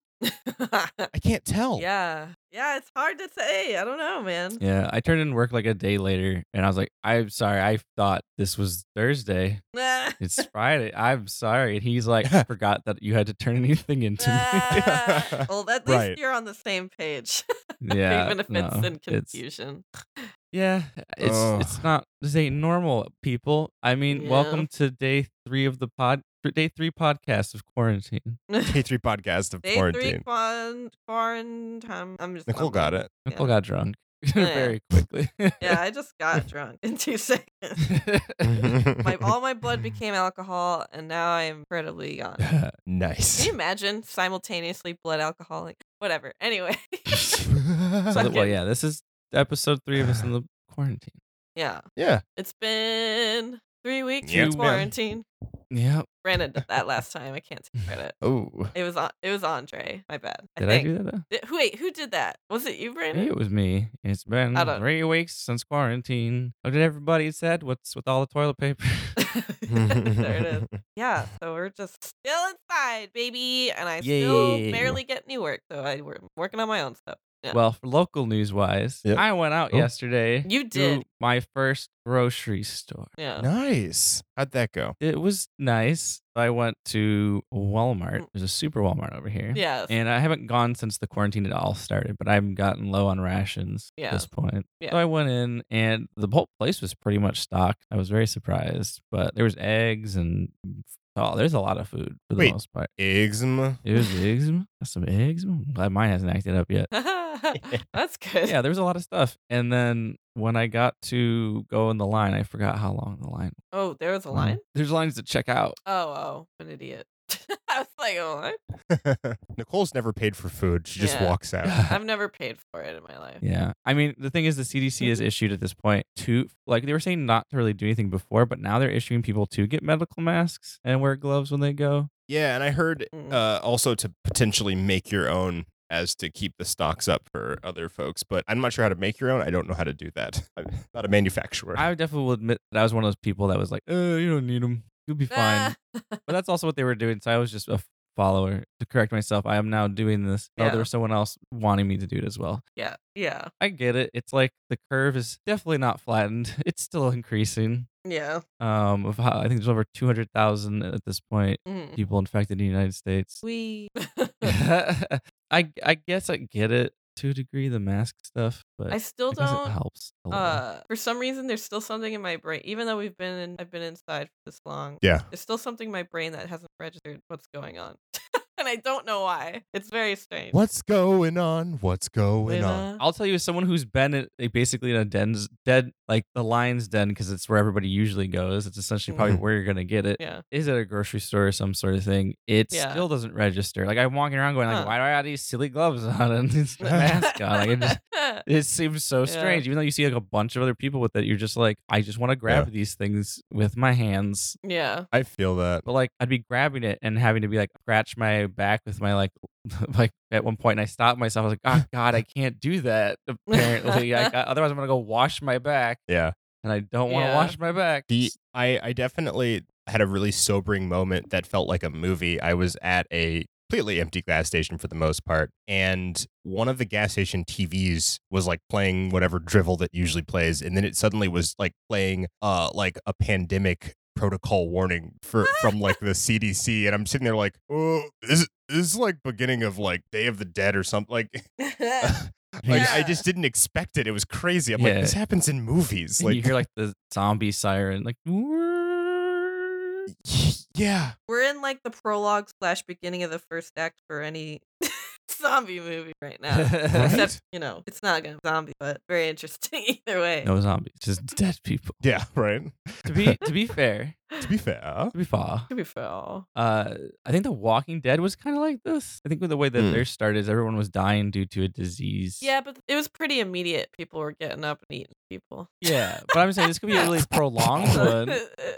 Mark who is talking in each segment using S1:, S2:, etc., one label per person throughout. S1: I can't tell.
S2: yeah. Yeah. It's hard to say. I don't know, man.
S3: Yeah, I turned in work like a day later, and I was like, "I'm sorry, I thought this was Thursday.
S2: Ah,
S3: It's Friday. I'm sorry." And he's like, "I forgot that you had to turn anything into me."
S2: ah. well, at least
S1: Right.
S2: you're on the same page,
S3: yeah,
S2: even if
S3: no,
S2: it's in confusion.
S3: yeah, it's
S1: Ugh.
S3: it's not this ain't normal, people. I mean,
S2: Yeah.
S3: welcome to day three of the pod, day three podcast of quarantine.
S1: Day three podcast of
S2: Day three
S1: quarantine.
S2: quarantine. quarantine. I'm just
S1: Nicole got it.
S3: Nicole got drunk very quickly.
S2: Oh, Yeah, I just got drunk in two seconds. my all my blood became alcohol, and now I am incredibly young. Can
S1: nice.
S2: you imagine simultaneously blood alcoholic? Whatever. Anyway,
S3: So
S2: Fuck
S3: th- well,
S2: it.
S3: yeah, this is episode three of us in the quarantine.
S2: yeah,
S1: yeah.
S2: it's been three weeks
S1: Yep.
S2: in quarantine.
S3: Yep.
S2: Brandon did that last time. I can't take credit.
S1: Oh.
S2: It was on. It was Andre. My bad. I
S3: Did I,
S2: think.
S3: do that?
S2: Did- who- wait, who did that? Was it you,
S3: Maybe
S2: Brandon?
S3: it was me. It's been
S2: I don't-
S3: three weeks since quarantine. What did everybody said? What's with all the toilet paper?
S2: there it is. Yeah, so we're just still inside, baby, and I still
S3: Yay.
S2: barely get any work, so I, I'm working on my own stuff. Yeah.
S3: Well, for local news wise,
S1: Yep.
S3: I went out
S1: Oh.
S3: yesterday.
S2: You
S3: to
S2: did.
S3: my first grocery store.
S2: Yeah.
S1: Nice. How'd that go?
S3: It was nice. I went to Walmart. There's a super Walmart over here.
S2: Yes.
S3: And I haven't gone since the quarantine at all started, but I've gotten low on rations
S2: Yeah.
S3: at this point.
S2: Yeah.
S3: So I went in and the whole place was pretty much stocked. I was very surprised, but there was eggs and oh, there's a lot of food for the
S1: Wait.
S3: most part.
S1: Eggsma.
S3: It was eggs. That's Some eggs. I'm glad mine hasn't acted up yet.
S2: That's good.
S3: Yeah, there was a lot of stuff. And then when I got to go in the line, I forgot how long the line
S2: Oh, there
S3: Mm-hmm.
S2: was a line?
S3: There's lines to check out.
S2: Oh, oh, I'm an idiot. I was like, oh, what?
S1: Nicole's never paid for food. She just
S2: Yeah.
S1: walks out.
S2: I've never paid for it in my life.
S3: Yeah. I mean, the thing is, the CDC has issued at this point to, like, they were saying not to really do anything before, but now they're issuing people to get medical masks and wear gloves when they go.
S1: Yeah, and I heard
S2: Mm.
S1: uh, also to potentially make your own as to keep the stocks up for other folks, but I'm not sure how to make your own. I don't know how to do that. I'm not a manufacturer.
S3: I definitely will admit that I was one of those people that was like, oh, you don't need them. You'll be fine.
S2: Ah,
S3: but that's also what they were doing. So I was just a follower to correct myself. I am now doing this. Oh,
S2: Yeah.
S3: there was someone else wanting me to do it as well.
S2: yeah, yeah,
S3: I get it. It's like the curve is definitely not flattened, it's still increasing.
S2: yeah.
S3: Um, of how, I think there's over 200,000 at this point
S2: Mm.
S3: people infected in the United States.
S2: We.
S3: I I guess I get it to a degree the mask stuff, but
S2: I still
S3: guess it
S2: don't.
S3: helps. A little.
S2: Uh, for some reason, there's still something in my brain, even though we've been in, I've been inside for this long.
S1: yeah.
S2: There's still something in my brain that hasn't registered what's going on, and I don't know why. It's very strange.
S1: What's going on? What's going
S2: When,
S1: on?
S2: uh,
S3: I'll tell you, as someone who's been in, like, basically in a den's dead, like the lion's den, because it's where everybody usually goes. It's essentially probably
S2: Mm-hmm.
S1: Mhm.
S3: where you're gonna get it. Is
S2: yeah,
S3: it a grocery store or some sort of thing? It
S2: Yeah.
S3: still doesn't register. Like I'm walking around going, like,
S2: Huh.
S3: why do I have these silly gloves on and this mask on? Like it just it seems so
S2: Yeah.
S3: strange. Even though you see like a bunch of other people with it, you're just like, I just want to grab these things with my hands
S2: yeah.
S1: I feel that.
S3: but like I'd be grabbing it and having to be like scratch my back with my like like at one point and I stopped myself. I was like, oh god, I can't do that. Apparently, I, I- otherwise I'm gonna go wash my back,
S1: Yeah.
S3: and I don't want to
S2: Yeah.
S3: wash my back.
S1: The I I definitely had a really sobering moment that felt like a movie. I was at a completely empty gas station for the most part. And one of the gas station TVs was like playing whatever drivel that usually plays. And then it suddenly was like playing uh like a pandemic protocol warning for from like the CDC. And I'm sitting there like, oh, this, this is like beginning of like Day of the Dead or something. Like Uh, like I
S2: Yeah.
S1: just didn't expect it. It was crazy. I'm
S3: Eh, Yeah.
S1: like, this happens in movies.
S3: And
S1: Like
S3: you hear like the zombie siren, like
S1: Yeah.
S2: We're in like the prologue slash beginning of the first act for any zombie movie right now.
S1: Right?
S2: Except, you know, it's not gonna be zombie, but very interesting either way.
S3: no zombies, just dead people.
S1: Yeah, right.
S3: to be to be fair,
S1: To be fair.
S3: to be fair,
S2: To be fair.
S3: uh, I think The Walking Dead was kind of like this. I think with the way that
S1: Hmm.
S3: theirs started, is everyone was dying due to a disease.
S2: Yeah, but it was pretty immediate. People were getting up and eating people.
S3: yeah. But I'm saying this could be a really prolonged
S2: So-
S3: Oh, one.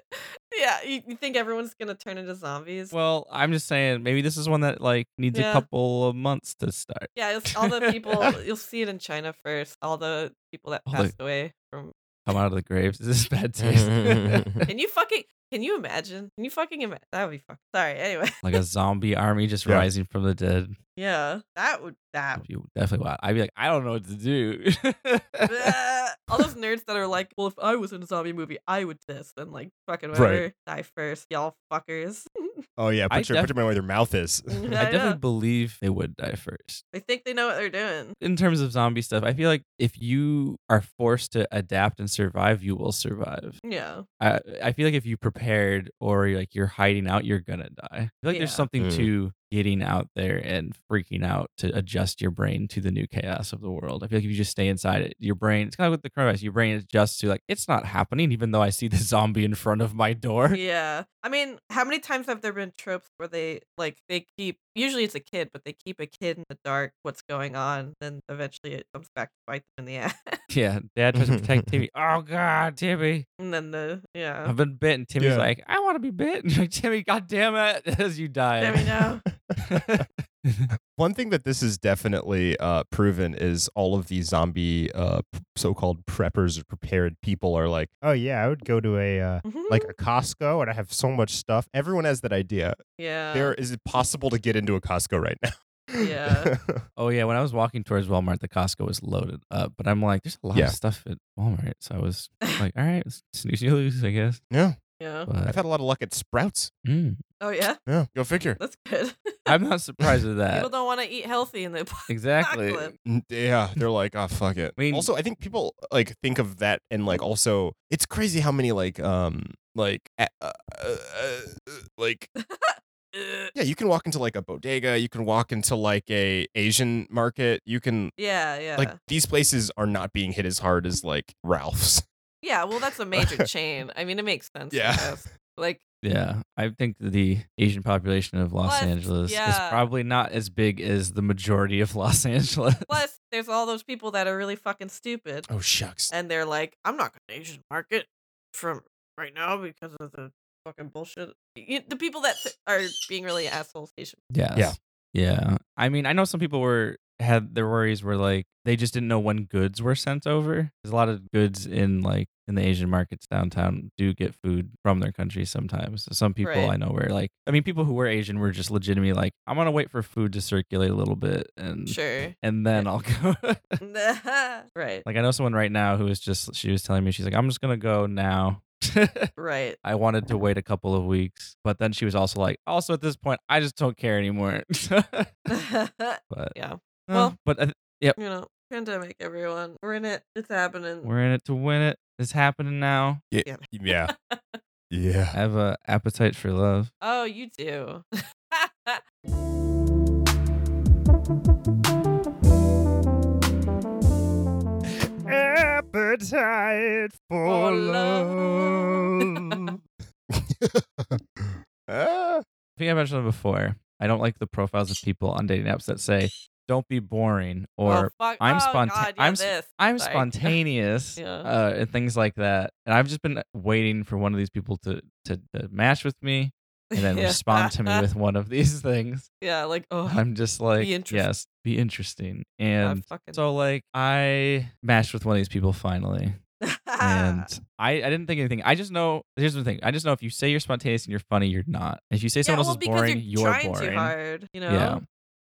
S2: yeah, you, you think everyone's gonna turn into zombies?
S3: Well, I'm just saying maybe this is one that like needs
S2: Yeah.
S3: a couple of months to start.
S2: yeah, it's all the people you'll see it in China first. All the people that
S3: All the-
S2: passed away from.
S3: Come out of the graves. This is bad taste.
S2: Can you fucking? Can you imagine? Can you fucking imagine? That would be fuck. Sorry. Anyway.
S3: like a zombie army just
S1: Yeah.
S3: rising from the dead.
S2: Yeah, that would that.
S3: That'd be definitely wild. I'd be like, I don't know what to do.
S2: Bleh. all those nerds that are like, well, if I was in a zombie movie, I would this, and like fucking
S1: Right.
S2: whatever, die first, y'all fuckers.
S1: Oh yeah,
S3: I
S1: put your,
S3: def-
S1: put your mind where their mouth is.
S2: I
S3: I definitely
S2: know.
S3: believe they would die first.
S2: They think they know what they're doing.
S3: in terms of zombie stuff, I feel like if you are forced to adapt and survive, you will survive.
S2: Yeah,
S3: I, I feel like if you prepared or you're, like you're hiding out, you're gonna die. I feel like there's
S2: Yeah.
S3: something
S1: Mm.
S3: to getting out there and freaking out to adjust your brain to the new chaos of the world. I feel like if you just stay inside it, your brain it's kind of like with the coronavirus, your brain adjusts to like it's not happening, even though I see the zombie in front of my door.
S2: yeah. I mean, how many times have there been tropes where they like they keep? Usually it's a kid, but they keep a kid in the dark. What's going on? Then eventually it comes back to bite them in the ass.
S3: Yeah, Dad tries to protect Timmy. Oh God, Timmy.
S2: And then the yeah.
S3: I've been bitten. Timmy's
S1: Yeah.
S3: like, I want to be bitten. You're like, Timmy, God damn it, as you die.
S2: Let me know.
S1: One thing that this is definitely uh, proven is all of these zombie uh, p- so-called preppers or prepared people are like, oh yeah, I would go to a uh,
S2: Mm-hmm.
S1: like a Costco and I have so much stuff. Everyone has that idea.
S2: yeah.
S1: there is it possible to get into a Costco right now?
S2: Yeah.
S3: Oh yeah, when I was walking towards Walmart, the Costco was loaded up, but I'm like, there's a lot
S1: Yeah.
S3: of stuff at Walmart, so I was like, all right, snooze you lose, I guess.
S1: yeah.
S2: yeah.
S1: I've
S3: But
S1: had a lot of luck at Sprouts.
S3: mm,
S2: Oh yeah.
S1: Yeah. Go figure.
S2: That's good.
S3: I'm not surprised with
S2: People
S3: that.
S2: don't want to eat healthy in the
S3: Exactly.
S2: apocalypse.
S1: N- Yeah, they're like, oh fuck it.
S3: I mean-
S1: also, I think people like think of that, and like also, it's crazy how many like um like a- uh, uh, uh, like
S2: Ugh.
S1: yeah, you can walk into like a bodega, you can walk into like a Asian market, you can
S2: Yeah, yeah.
S1: like these places are not being hit as hard as like Ralph's.
S2: yeah, well that's a major chain. I mean it makes sense. I
S1: Yeah.
S2: guess. Like
S3: Yeah, I think the Asian population of Los
S2: Plus,
S3: Angeles
S2: yeah.
S3: is probably not as big as the majority of Los Angeles.
S2: plus there's all those people that are really fucking stupid
S1: Oh shucks.
S3: Eh.
S2: and they're like, I'm not gonna Asian market from right now because of the fucking bullshit. You, the people that th- are being really assholes Asian.
S3: Yes. Yeah. Yeah. I mean, I know some people were had their worries were like they just didn't know when goods were sent over. There's a lot of goods in like in the Asian markets downtown do get food from their country sometimes. So some people
S2: Right.
S3: I know were like I mean people who were Asian were just legitimately like I'm going to wait for food to circulate a little bit and
S2: Sure.
S3: and then I'll go.
S2: right.
S3: like I know someone right now who is just she was telling me she's like I'm just going to go now.
S2: Right.
S3: I wanted to wait a couple of weeks, but then she was also like, also at this point, I just don't care anymore. But
S2: Yeah.
S3: uh,
S2: Well-
S3: but I th-
S2: you know, pandemic, everyone. We're in it. It's happening.
S3: we're in it to win it. It's happening now.
S1: Yeah.
S3: I
S1: yeah.
S3: have a appetite for love.
S2: oh, you do.
S1: Appetite
S2: For
S3: Oh.
S2: love.
S1: Ah.
S3: I think I mentioned it before. I don't like the profiles of people on dating apps that say, "Don't be boring" or
S2: oh, fuck.
S3: I'm
S2: oh,
S3: sponta-
S2: God, yeah,
S3: I'm sp-
S2: this.
S3: "I'm
S2: Sorry.
S3: spontaneous"
S2: Yeah.
S3: uh, and things like that. And I've just been waiting for one of these people to to, to match with me and then
S2: Yeah.
S3: respond to me with one of these things.
S2: Yeah, like oh,
S3: I'm just like,
S2: interest-
S3: yes, be interesting.
S2: God,
S3: And
S2: fucking.
S3: so, like, I matched with one of these people finally.
S2: Ah.
S1: And
S3: I, I didn't think anything. I just know. Here's the thing. I just know if you say you're spontaneous and you're funny, you're not. If you say someone
S2: yeah, well,
S3: else is
S2: because
S3: boring,
S2: you're,
S3: you're,
S2: trying
S3: boring.
S2: too hard. You know.
S3: Yeah.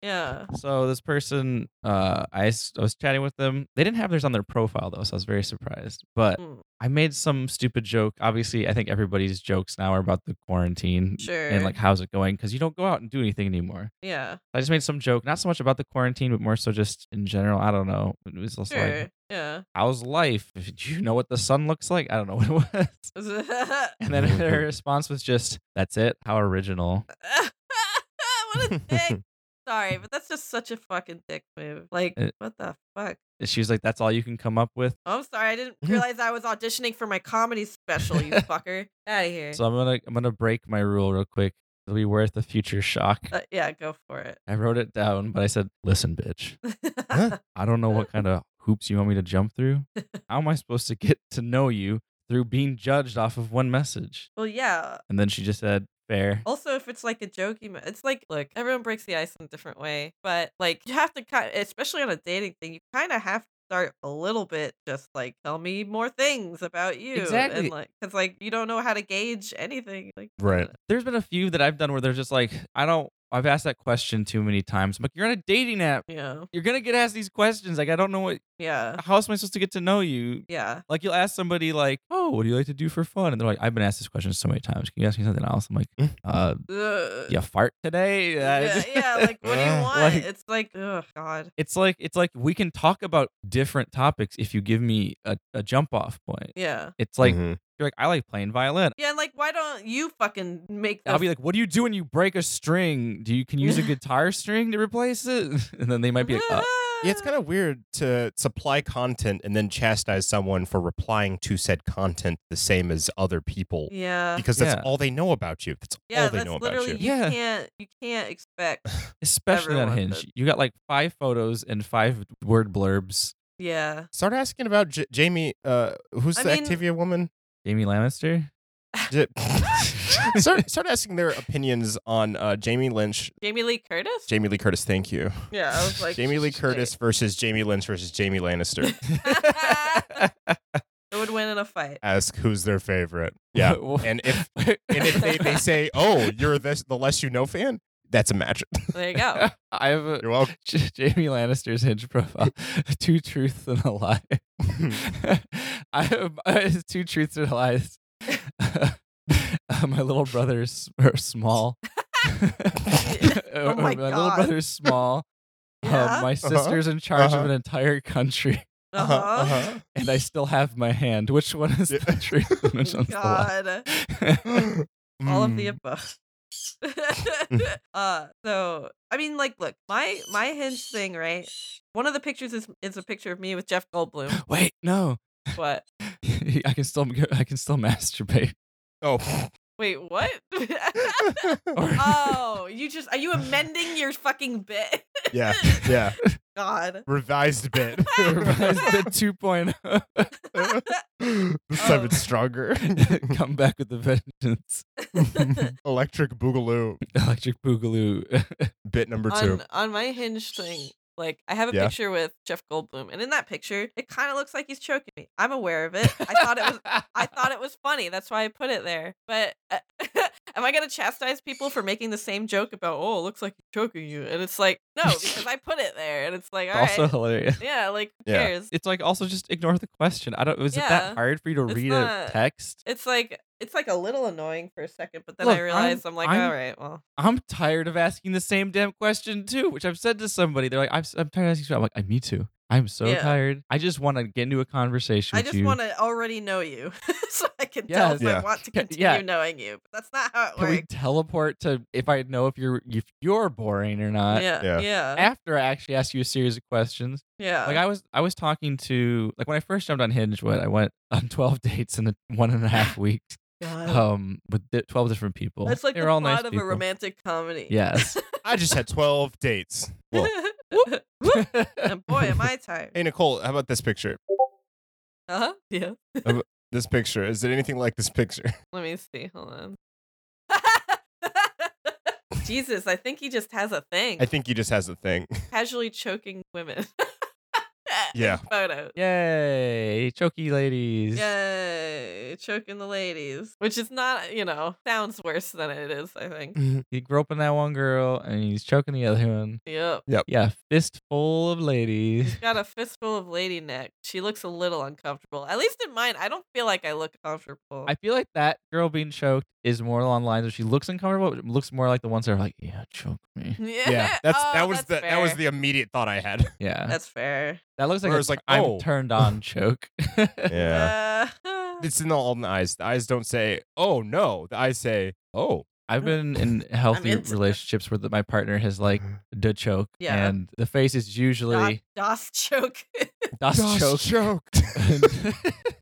S2: Yeah.
S3: So this person, uh, I, s- I was chatting with them. They didn't have theirs on their profile though, so I was very surprised. But
S2: Mm.
S3: I made some stupid joke. Obviously, I think everybody's jokes now are about the quarantine
S2: Sure.
S3: and like how's it going because you don't go out and do anything anymore.
S2: yeah.
S3: I just made some joke, not so much about the quarantine, but more so just in general. I don't know. It was just
S2: Sure.
S3: like,
S2: yeah.
S3: how's life? Do you know what the sun looks like? I don't know what it was. And then her response was just, "That's it. How original."
S2: what a dick. Sorry, but that's just such a fucking dick move. Like,
S3: It-
S2: what the fuck?
S3: And she was like, "That's all you can come up with."
S2: Oh, I'm sorry, I didn't realize I was auditioning for my comedy special. You fucker, out of here.
S3: So I'm gonna I'm gonna break my rule real quick. It'll be worth a future shock.
S2: Uh, yeah, go for it.
S3: I wrote it down, but I said, "Listen, bitch.
S1: Huh?
S3: I don't know what kind of hoops you want me to jump through. How am I supposed to get to know you through being judged off of one message?"
S2: well, yeah.
S3: And then she just said, "Fair."
S2: Also, if it's like a jokey, me- it's like, look, everyone breaks the ice in a different way, but like you have to kind, especially on a dating thing, you kind of have to start a little bit, just like tell me more things about you,
S3: Exactly.
S2: and like because like you don't know how to gauge anything, like
S1: Right.
S3: There's been a few that I've done where they're just like, "I don't." I've asked that question too many times. I'm like, "You're on a dating app.
S2: Yeah,
S3: You're gonna get asked these questions. Like, I don't know what.
S2: yeah,
S1: Ah.
S3: How am I supposed to get to know you?
S2: yeah.
S3: Like you'll ask somebody like, "Oh, what do you like to do for fun?" And they're like, "I've been asked this question so many times. Can you ask me something else?" I'm like, "Uh,
S2: Ugh.
S3: you fart today?"
S2: Mm. yeah,
S3: Uh,
S2: yeah, like what do you
S1: Ugh,
S2: want?
S3: like-
S2: it's like, oh god,
S3: it's like it's like we can talk about different topics if you give me a, a jump off point.
S2: yeah,
S3: It's like
S2: Mm-hmm.
S1: Mhm.
S3: you're like, "I like playing violin."
S2: yeah. And like, why don't you fucking make?
S3: I'll
S2: This-
S3: be like, "What do you do when you break a string? Do you can you use a guitar string to replace it?" And then they might be like, uh,
S1: Yeah, it's kind of weird to supply content and then chastise someone for replying to said content the same as other people
S2: yeah.
S1: because that's
S3: Yeah.
S1: all they know about you. That's
S2: Yeah,
S1: all they
S2: that's
S1: know about
S2: literally
S1: you.
S3: you. Yeah.
S2: can't you can't expect.
S3: especially on
S2: Everyone
S3: Hinge.
S2: does.
S3: You got like five photos and five word blurbs.
S2: Yeah.
S1: Start asking about J- Jamie. Uh, who's
S2: I
S1: the
S2: mean-
S1: Activia woman?
S3: Jamie Lannister.
S1: J- start, start asking their opinions on uh, Jamie Lynch,
S2: Jamie Lee Curtis?
S1: Jamie Lee Curtis. Thank you.
S2: yeah, I was like
S1: Jamie Lee
S2: shit.
S1: Curtis versus Jamie Lynch versus Jamie Lannister.
S2: It would win in a fight.
S1: Ask who's their favorite. Yeah, and if
S3: and
S1: and if they, they say, "Oh, you're this, the less you know fan," that's a match.
S2: There you
S1: Uh-huh,
S2: go.
S3: I have a
S1: You're welcome.
S3: J- Jamie Lannister's hinge profile. two truths and a lie.
S1: Hmm.
S3: I have uh, two truths and a lie. Uh, my little brother's are er, small. Uh,
S2: Oh my
S3: little
S2: God.
S3: brother's small. Uh,
S2: Yeah?
S3: my
S1: Uh-huh.
S3: sister's in charge of
S1: Uh-huh.
S3: an entire country,
S2: Uh-huh.
S3: and I still have my hand. Which one is
S1: Yeah.
S3: the truth? And which one's the lie?
S2: God.
S1: uh-huh.
S2: All of the
S1: Mm.
S2: above. uh so I mean like look, my my hinge thing, right? One of the pictures is is a picture of me with Jeff Goldblum.
S3: Wait, no.
S2: What?
S3: I can still I can still masturbate.
S1: Oh,
S2: Wait, what?
S3: Or-
S2: oh, you just are you amending your fucking bit?
S1: yeah, yeah.
S2: God.
S1: Revised bit.
S3: Revised the 2.0.
S1: this
S2: Oh.
S1: time it's stronger.
S3: Come back with the vengeance.
S1: Electric Boogaloo
S3: Electric Boogaloo.
S1: bit number two.
S2: on, on my hinge thing like i have a
S1: Yeah.
S2: picture with jeff goldblum and in that picture it kind of looks like he's choking me i'm aware of it i thought it was i thought it was funny that's why i put it there but uh, am i going to chastise people for making the same joke about oh it looks like he's choking you and it's like no because i put it there and it's like all right,
S3: also hilarious.
S2: yeah like who
S1: Yeah.
S2: cares
S3: It's like also just ignore the question. I don't. Was it
S2: Yeah.
S3: that hard for you to
S2: It's
S3: read
S2: not-
S3: a text?
S2: it's like it's like a little annoying for a second but then
S3: Look,
S2: i
S3: I'm-
S2: realized i'm, like
S3: I'm-
S2: all right well
S3: I'm tired of asking the same damn question too, which I've said to somebody. They're like, I'm, s- I'm tired of asking. I'm like, I me too. I'm so
S2: Yeah.
S3: tired. I just want to get into a conversation.
S2: I
S3: with
S2: just
S3: you.
S2: want to already know you, so I can tell
S3: Yes.
S2: if I
S1: Yeah.
S2: want to
S3: Ca-
S2: continue
S3: yeah.
S2: knowing you. But that's not how it
S3: Can
S2: works.
S3: we teleport to if I know if you're if you're boring or not?
S2: yeah,
S1: Yeah.
S2: yeah,
S3: After I actually ask you a series of questions,
S2: yeah.
S3: like I was I was talking to like when I first jumped on Hinge, what I went on twelve dates in the one and a half weeks, um, with di- twelve different people.
S2: Oh. That's like
S3: Oh, they
S2: the
S3: were all
S2: plot
S3: nice
S2: of
S3: people.
S2: a romantic comedy.
S3: Yes.
S1: I just had 12 dates. Well,
S2: Whoop. and boy, am I tired.
S1: hey, Nicole, how about this picture?
S2: Uh huh. Yeah.
S1: This picture. Is it anything like this picture?
S2: Let me see. Hold on. Jesus, I think he just has a thing.
S1: I think he just has a thing.
S2: Casually choking women.
S1: Yeah.
S2: photos.
S3: Yay, choky ladies.
S2: Yay, choking the ladies, which is not, you know, sounds worse than it is, I think.
S3: He groping that one girl and he's choking the other one.
S2: Yep.
S3: Yeah, fistful of ladies.
S2: Got a fistful of lady neck. She looks a little uncomfortable. At least in mine, I don't feel like I look comfortable.
S3: I feel like that girl being choked is more along the lines of she looks uncomfortable, but it looks more like the ones that are like, yeah, choke me.
S2: yeah.
S1: yeah, that's
S2: Oh,
S1: that was
S2: that's
S1: the that was
S2: fair.
S1: the immediate thought I had.
S3: Yeah,
S2: That's fair.
S3: that looks like,
S1: Or
S3: a
S1: it's like,
S3: I'm
S1: oh.
S3: turned on choke.
S2: Uh,
S1: it's in the all in the eyes. The eyes don't say, "Oh no." The eyes say, "Oh."
S3: I've been in healthy
S2: Mm. into this. Mm-hmm.
S3: relationships where the- my partner has like da choke,
S2: Yeah.
S3: and the face is
S2: Doc-
S3: usually
S2: DOS choke.
S3: das,
S1: Just
S3: choke.
S1: choked.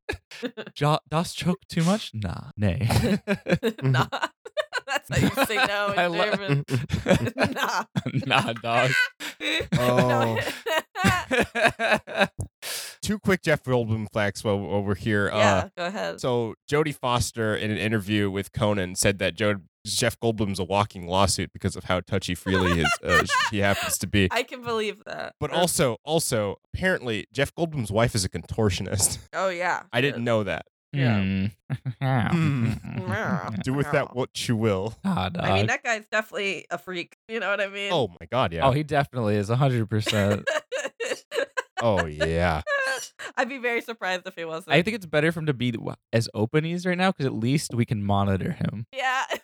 S3: Jo- das choke too much? Nah, nay.
S1: Mm-hmm.
S2: nah. That's how you say no
S3: I
S2: in
S3: lo-
S2: German. nah.
S3: nah, dog.
S1: Oh.
S2: No.
S1: Uh, Two quick Jeff Goldblum flex while, while we're here. uh,
S2: yeah, go ahead.
S1: so Jodie Foster in an interview with Conan said that Joe, Jeff Goldblum's a walking lawsuit because of how touchy freely his uh, he happens to be.
S2: I can believe that.
S1: But
S2: Or-
S1: also, also apparently Jeff Goldblum's wife is a contortionist.
S2: oh yeah,
S1: I didn't know that.
S3: Hmm.
S2: Yeah.
S3: Mm.
S1: Do with that what you will.
S3: nah, dog.
S2: I mean, that guy's definitely a freak. You know what I mean?
S1: Oh my god,
S3: Oh,
S1: yeah.
S3: he definitely is 100%.
S1: Oh yeah.
S2: I'd be very surprised if he wasn't.
S3: I think it's better for him to be as open as right now because at least we can monitor him.
S2: Yeah.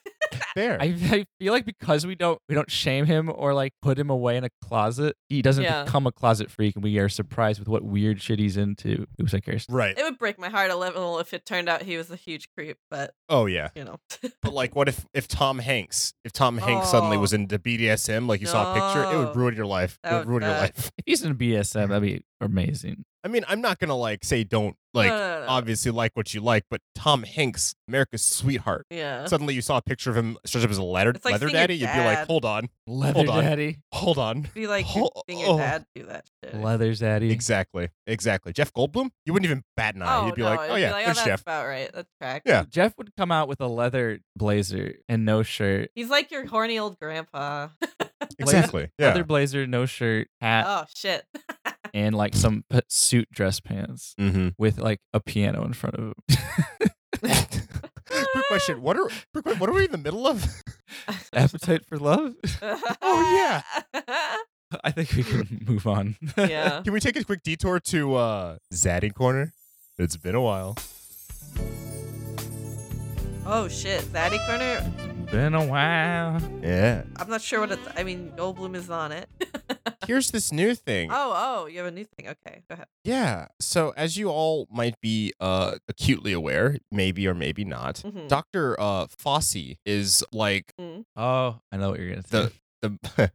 S1: Fair.
S3: I, I feel like because we don't we don't shame him or like put him away in a closet, he doesn't
S2: Yeah.
S3: become a closet freak, and we are surprised with what weird shit he's into. Oops, I cursed.
S1: right.
S2: It would break my heart a little if it turned out he was a huge creep, but
S1: Oh yeah.
S2: you know.
S1: But like, what if if Tom Hanks, if Tom Hanks suddenly
S2: Oh.
S1: was into BDSM, like you saw a picture, it
S2: No.
S1: would ruin your life.
S2: That
S1: it would
S2: would
S1: ruin your
S2: suck.
S1: life.
S3: If he's in BSM, that'd be amazing.
S1: I mean, I'm not gonna like say don't like
S2: No, no, no, no.
S1: obviously like what you like, but Tom Hanks, America's sweetheart.
S2: yeah.
S1: Suddenly, you saw a picture of him stretched up as a leather,
S2: Uh-huh. It's like
S1: leather
S2: seeing your
S1: daddy. You'd be like,
S2: dad.
S1: hold on,
S3: Leather
S1: Hold on.
S3: daddy,
S1: hold on.
S2: be like
S1: Ho-
S2: your- seeing your
S1: oh.
S2: dad do that shit.
S3: leather daddy.
S1: Exactly, exactly. Jeff Goldblum, you wouldn't even bat an eye.
S2: Oh,
S1: You'd be
S2: no,
S1: like,
S2: it'd
S1: oh yeah, there's
S2: that's
S1: Jeff.
S2: about right. That's correct.
S1: Yeah.
S3: Jeff would come out with a leather blazer and no shirt,
S2: He's like your horny old grandpa.
S1: Exactly. Yeah.
S3: leather blazer, no shirt, hat,
S2: oh shit.
S3: and like some p- suit dress pants
S1: Mm-hmm.
S3: with like a piano in front of him.
S1: quick question: What are quick que- what are we in the middle of?
S3: Appetite for love.
S1: Oh,
S2: yeah.
S3: I think we can move on.
S2: yeah.
S1: Can we take a quick detour to uh Zaddy Corner? It's been a while.
S2: Oh shit. Zaddy corner.
S3: Been a while.
S1: Yeah.
S2: I'm not sure what it's. I mean, Goldblum is on it.
S1: Here's this new thing.
S2: oh, oh, you have a new thing. Okay, go ahead.
S1: Yeah. So as you all might be uh acutely aware, maybe or maybe not,
S3: Mm-hmm.
S2: Mhm.
S1: Dr. uh Fossey is like
S3: Oh, I know what you're gonna say.
S1: The- the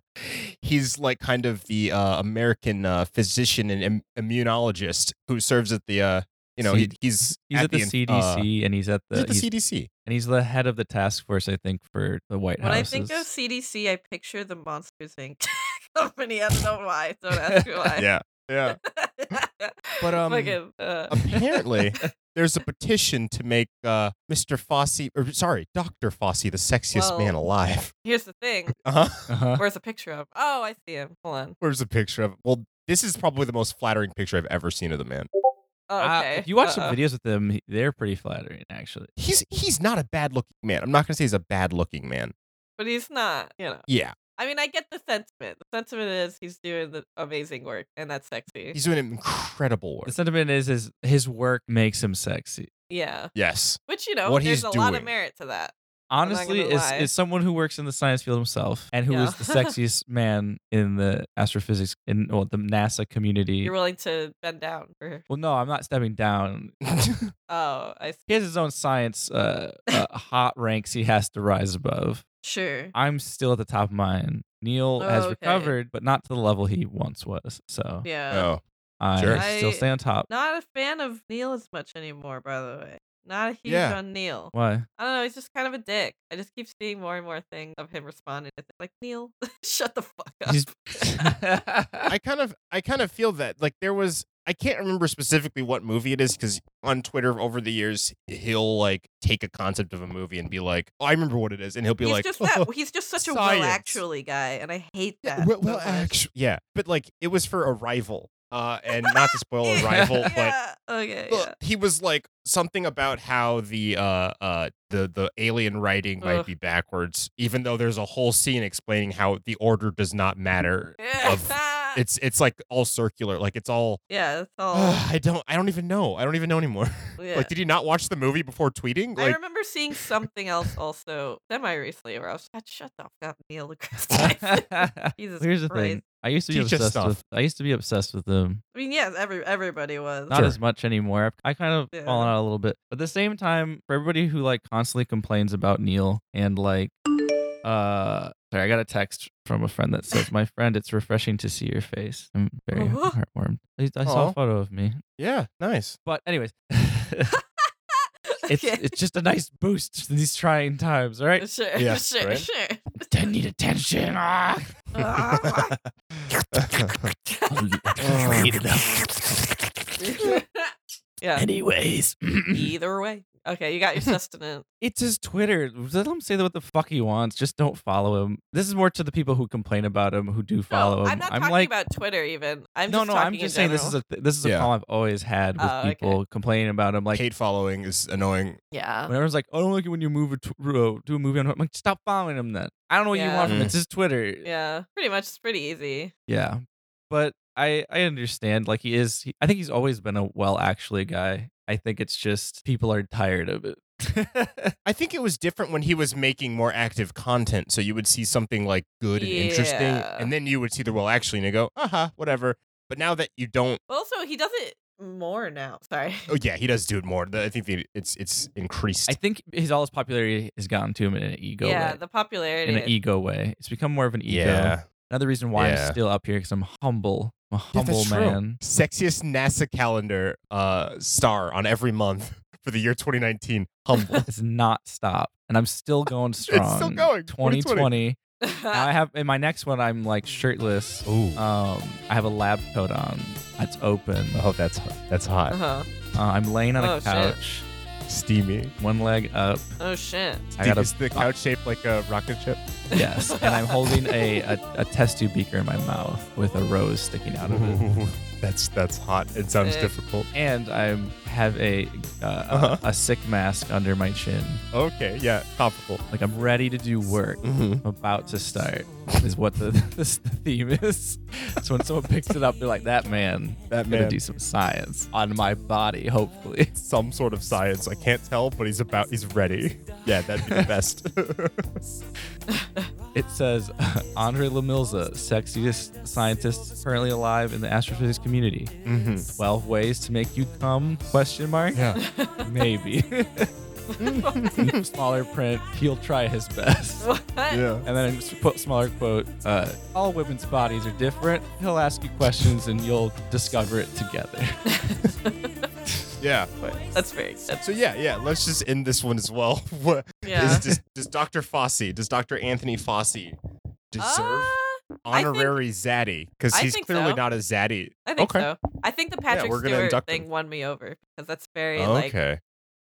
S1: he's like kind of the uh American uh physician and im- immunologist who serves at the uh you know, he,
S3: C-
S1: he's
S3: he's at, the,
S1: in- uh,
S3: CDC and he's at the,
S1: he's at the
S3: he's-
S1: CDC.
S3: and he's the head of the task force, I think, for the White
S2: When I
S3: House.
S2: think of CDC, I picture the Monsters Inc. company. I don't know why.
S3: Oh,
S2: Don't ask me why.
S1: Yeah. Yeah. But, um,
S2: Fucking, uh,
S1: apparently there's a petition to make uh, Mr. Fossey, or sorry, Dr. Fossey, the sexiest
S2: Well-
S1: man alive.
S2: here's the thing.
S1: Uh-huh.
S3: uh-huh.
S2: Where's a picture of? Oh, I see him. Hold on.
S1: Where's a picture of? Well, this is probably the most flattering picture I've ever seen of the man.
S2: Oh,
S3: Uh,
S2: okay.
S3: if you watch
S2: Uh-oh.
S3: some videos with them, he- they're pretty flattering, actually.
S1: He's he's not a bad looking man. I'm not gonna say he's a bad looking man.
S2: but he's not. You know.
S1: Yeah,
S2: I mean, I get the sentiment. The sentiment is he's doing the amazing work, and that's sexy.
S1: he's doing incredible work.
S3: The sentiment is his his work makes him sexy.
S2: yeah,
S1: Yes,
S2: which you know,
S1: What
S2: there's
S1: he's
S2: a lot of
S1: doing.
S2: merit to that. not
S3: Honestly,
S2: gonna
S3: is
S2: lie.
S3: is someone who works in the science field himself and who
S2: Yeah.
S3: is the sexiest man in the astrophysics in well, the NASA community.
S2: You're willing to bend down for.
S3: Well, no, I'm not stepping down.
S2: Oh, I see.
S3: He has his own science uh, uh, hot ranks he has to rise above.
S2: Sure.
S3: I'm still at the top of mine. Neil has
S2: Okay.
S3: recovered, but not to the level he once was. So
S2: Yeah.
S1: oh,
S3: I
S1: Sure.
S3: still
S2: I-
S3: stay on top.
S2: Not a fan of Neil as much anymore, by the way. Not a huge
S1: Yeah.
S2: on Neil.
S3: Why?
S2: I don't know. He's just kind of a dick. I just keep seeing more and more things of him responding to things like Neil, shut the fuck up.
S3: He's-
S1: I kind of I kind of feel that like there was I can't remember specifically what movie it is because on Twitter over the years he'll like take a concept of a movie and be like, oh, I remember what it is, and he'll be
S2: he's
S1: like,
S2: just that. He's just such a well
S1: science.
S2: actually guy, and I hate that.
S1: well,
S2: so
S1: well
S2: much.
S1: actu- yeah, but like it was for Arrival, uh, and not to spoil Arrival, but
S2: yeah. Okay.
S1: Well, he was like something about how the uh uh the the alien writing might
S2: Ugh.
S1: be backwards, even though there's a whole scene explaining how the order does not matter.
S2: Yeah.
S1: of-
S2: Yeah.
S1: It's it's like all circular, like it's all.
S2: yeah. It's all.
S1: I don't I don't even know. I don't even know anymore.
S2: Yeah.
S1: Like, did you not watch the movie before tweeting?
S2: I
S1: Like,
S2: remember seeing something else also semi recently where I was like, shut the fuck up, Neil deGrasse Tyson. Jesus
S3: Here's the
S2: Christ.
S3: thing. I used to be
S1: Teach us
S3: obsessed
S1: stuff.
S3: with. I used to be obsessed with them.
S2: I mean, yes, every everybody was.
S3: Not
S1: Sure.
S3: as much anymore. I've- I kind of
S2: Yeah.
S3: fallen out a little bit. But at the same time, for everybody who like constantly complains about Neil and like, uh, sorry, I got a text from a friend that says, "My friend, it's refreshing to see your face. I'm very
S2: Uh-huh.
S3: heartwarmed. I, I saw
S1: Aw.
S3: a photo of me.
S1: yeah, nice.
S3: But anyways, it's
S2: Okay.
S3: it's just a nice boost to these trying times, all right?
S2: Sure,
S1: Yeah,
S2: sure,
S1: right?
S2: sure.
S3: I need attention. Ah.
S2: Ah.
S1: Oh,
S2: yeah.
S3: Anyways,
S2: Either way. Okay, you got your sustenance.
S3: it's his Twitter. Let him say what the fuck he wants. Just don't follow him. This is more to the people who complain about him who do follow
S2: no,
S3: him.
S2: I'm not talking
S3: like,
S2: about Twitter even. I'm
S3: no,
S2: just
S3: no.
S2: talking
S3: I'm
S2: in
S3: just saying this is
S2: general.
S3: a th- this is a
S1: Yeah.
S3: problem I've always had with
S2: Oh, okay.
S3: people complaining about him. Like
S1: Hate following is annoying.
S2: yeah.
S3: when everyone's like, "I don't like it when you move a tw- uh, do a movie on." Twitter." I'm like, stop following him then. I don't know what you
S2: Yeah.
S3: want from
S1: Mm.
S3: him. It's his Twitter.
S2: Yeah, pretty much. It's pretty easy.
S3: Yeah. But I I understand like he is he, I think he's always been a well actually guy. I think it's just people are tired of it.
S1: I think it was different when he was making more active content. So you would see something like good and interesting,
S2: Yeah.
S1: and then you would see the well actually, and you go, aha, whatever. But now that you don't,
S2: But also, he does it more now. Sorry.
S1: oh yeah, he does do it more. The- I think the, it's it's increased.
S3: I think his all his popularity has gotten to him in an ego
S2: yeah,
S3: way.
S2: the popularity.
S3: in an ego way. It's become more of an ego.
S1: yeah,
S3: Another reason why
S1: Yeah.
S3: I'm still up here because I'm humble. I'm a
S1: Yeah,
S3: humble
S1: that's true.
S3: man.
S1: Sexiest NASA calendar uh, star on every month for the year 2019. Humble.
S3: It's not stopped. And I'm still going strong.
S1: going.
S3: 2020.
S1: 2020.
S3: Now I have in my next one I'm like shirtless.
S1: Ooh.
S3: Um I have a lab coat on. It's open.
S1: oh, that's that's hot.
S2: uh-huh.
S3: Uh, I'm laying on a
S2: Oh, shit.
S3: couch,
S1: Steamy.
S3: one leg up.
S2: Oh shit.
S3: I got a
S1: Is the couch shaped like a rocket ship?
S3: yes, and I'm holding a, a, a test tube beaker in my mouth with a rose sticking out of
S1: Mm-hmm.
S3: it.
S1: that's that's hot. It sounds
S2: Sick.
S1: difficult.
S3: And I have a uh,
S1: Uh-huh.
S3: a, a sick mask under my chin.
S1: Okay, yeah, topical.
S3: Like I'm ready to do work.
S1: Mm-hmm.
S3: I'm about to start. Is what the this, the theme is. So when someone picks it up, they're like, "That man,
S1: That
S3: gonna
S1: man."
S3: do some science on my body, hopefully."
S1: Some sort of science. I can't tell, but he's about he's ready. Yeah, that'd be the best.
S3: It says Andre Lemilza, sexiest scientist currently alive in the astrophysics community. 12 ways to make you come? Question mark.
S1: Mm-hmm. yeah.
S3: Maybe. smaller print. He'll try his best.
S2: What?
S1: Yeah.
S3: And then I just put smaller quote. Uh, All women's bodies are different. He'll ask you questions and you'll discover it together.
S1: Yeah.
S2: That's very good.
S1: So yeah, yeah, let's just end this one as well. What is
S2: Yeah.
S1: does, does Dr. Fossey, does Dr. Anthony Fossey deserve
S2: Uh, I think-
S1: honorary zaddy? Because
S2: I
S1: he's
S2: think
S1: clearly
S2: so.
S1: not a zaddy.
S2: I think
S1: Okay.
S2: so. I think the Patrick
S1: we're gonna
S2: Stewart
S1: induct him.
S2: thing won me over because that's very like
S1: Okay.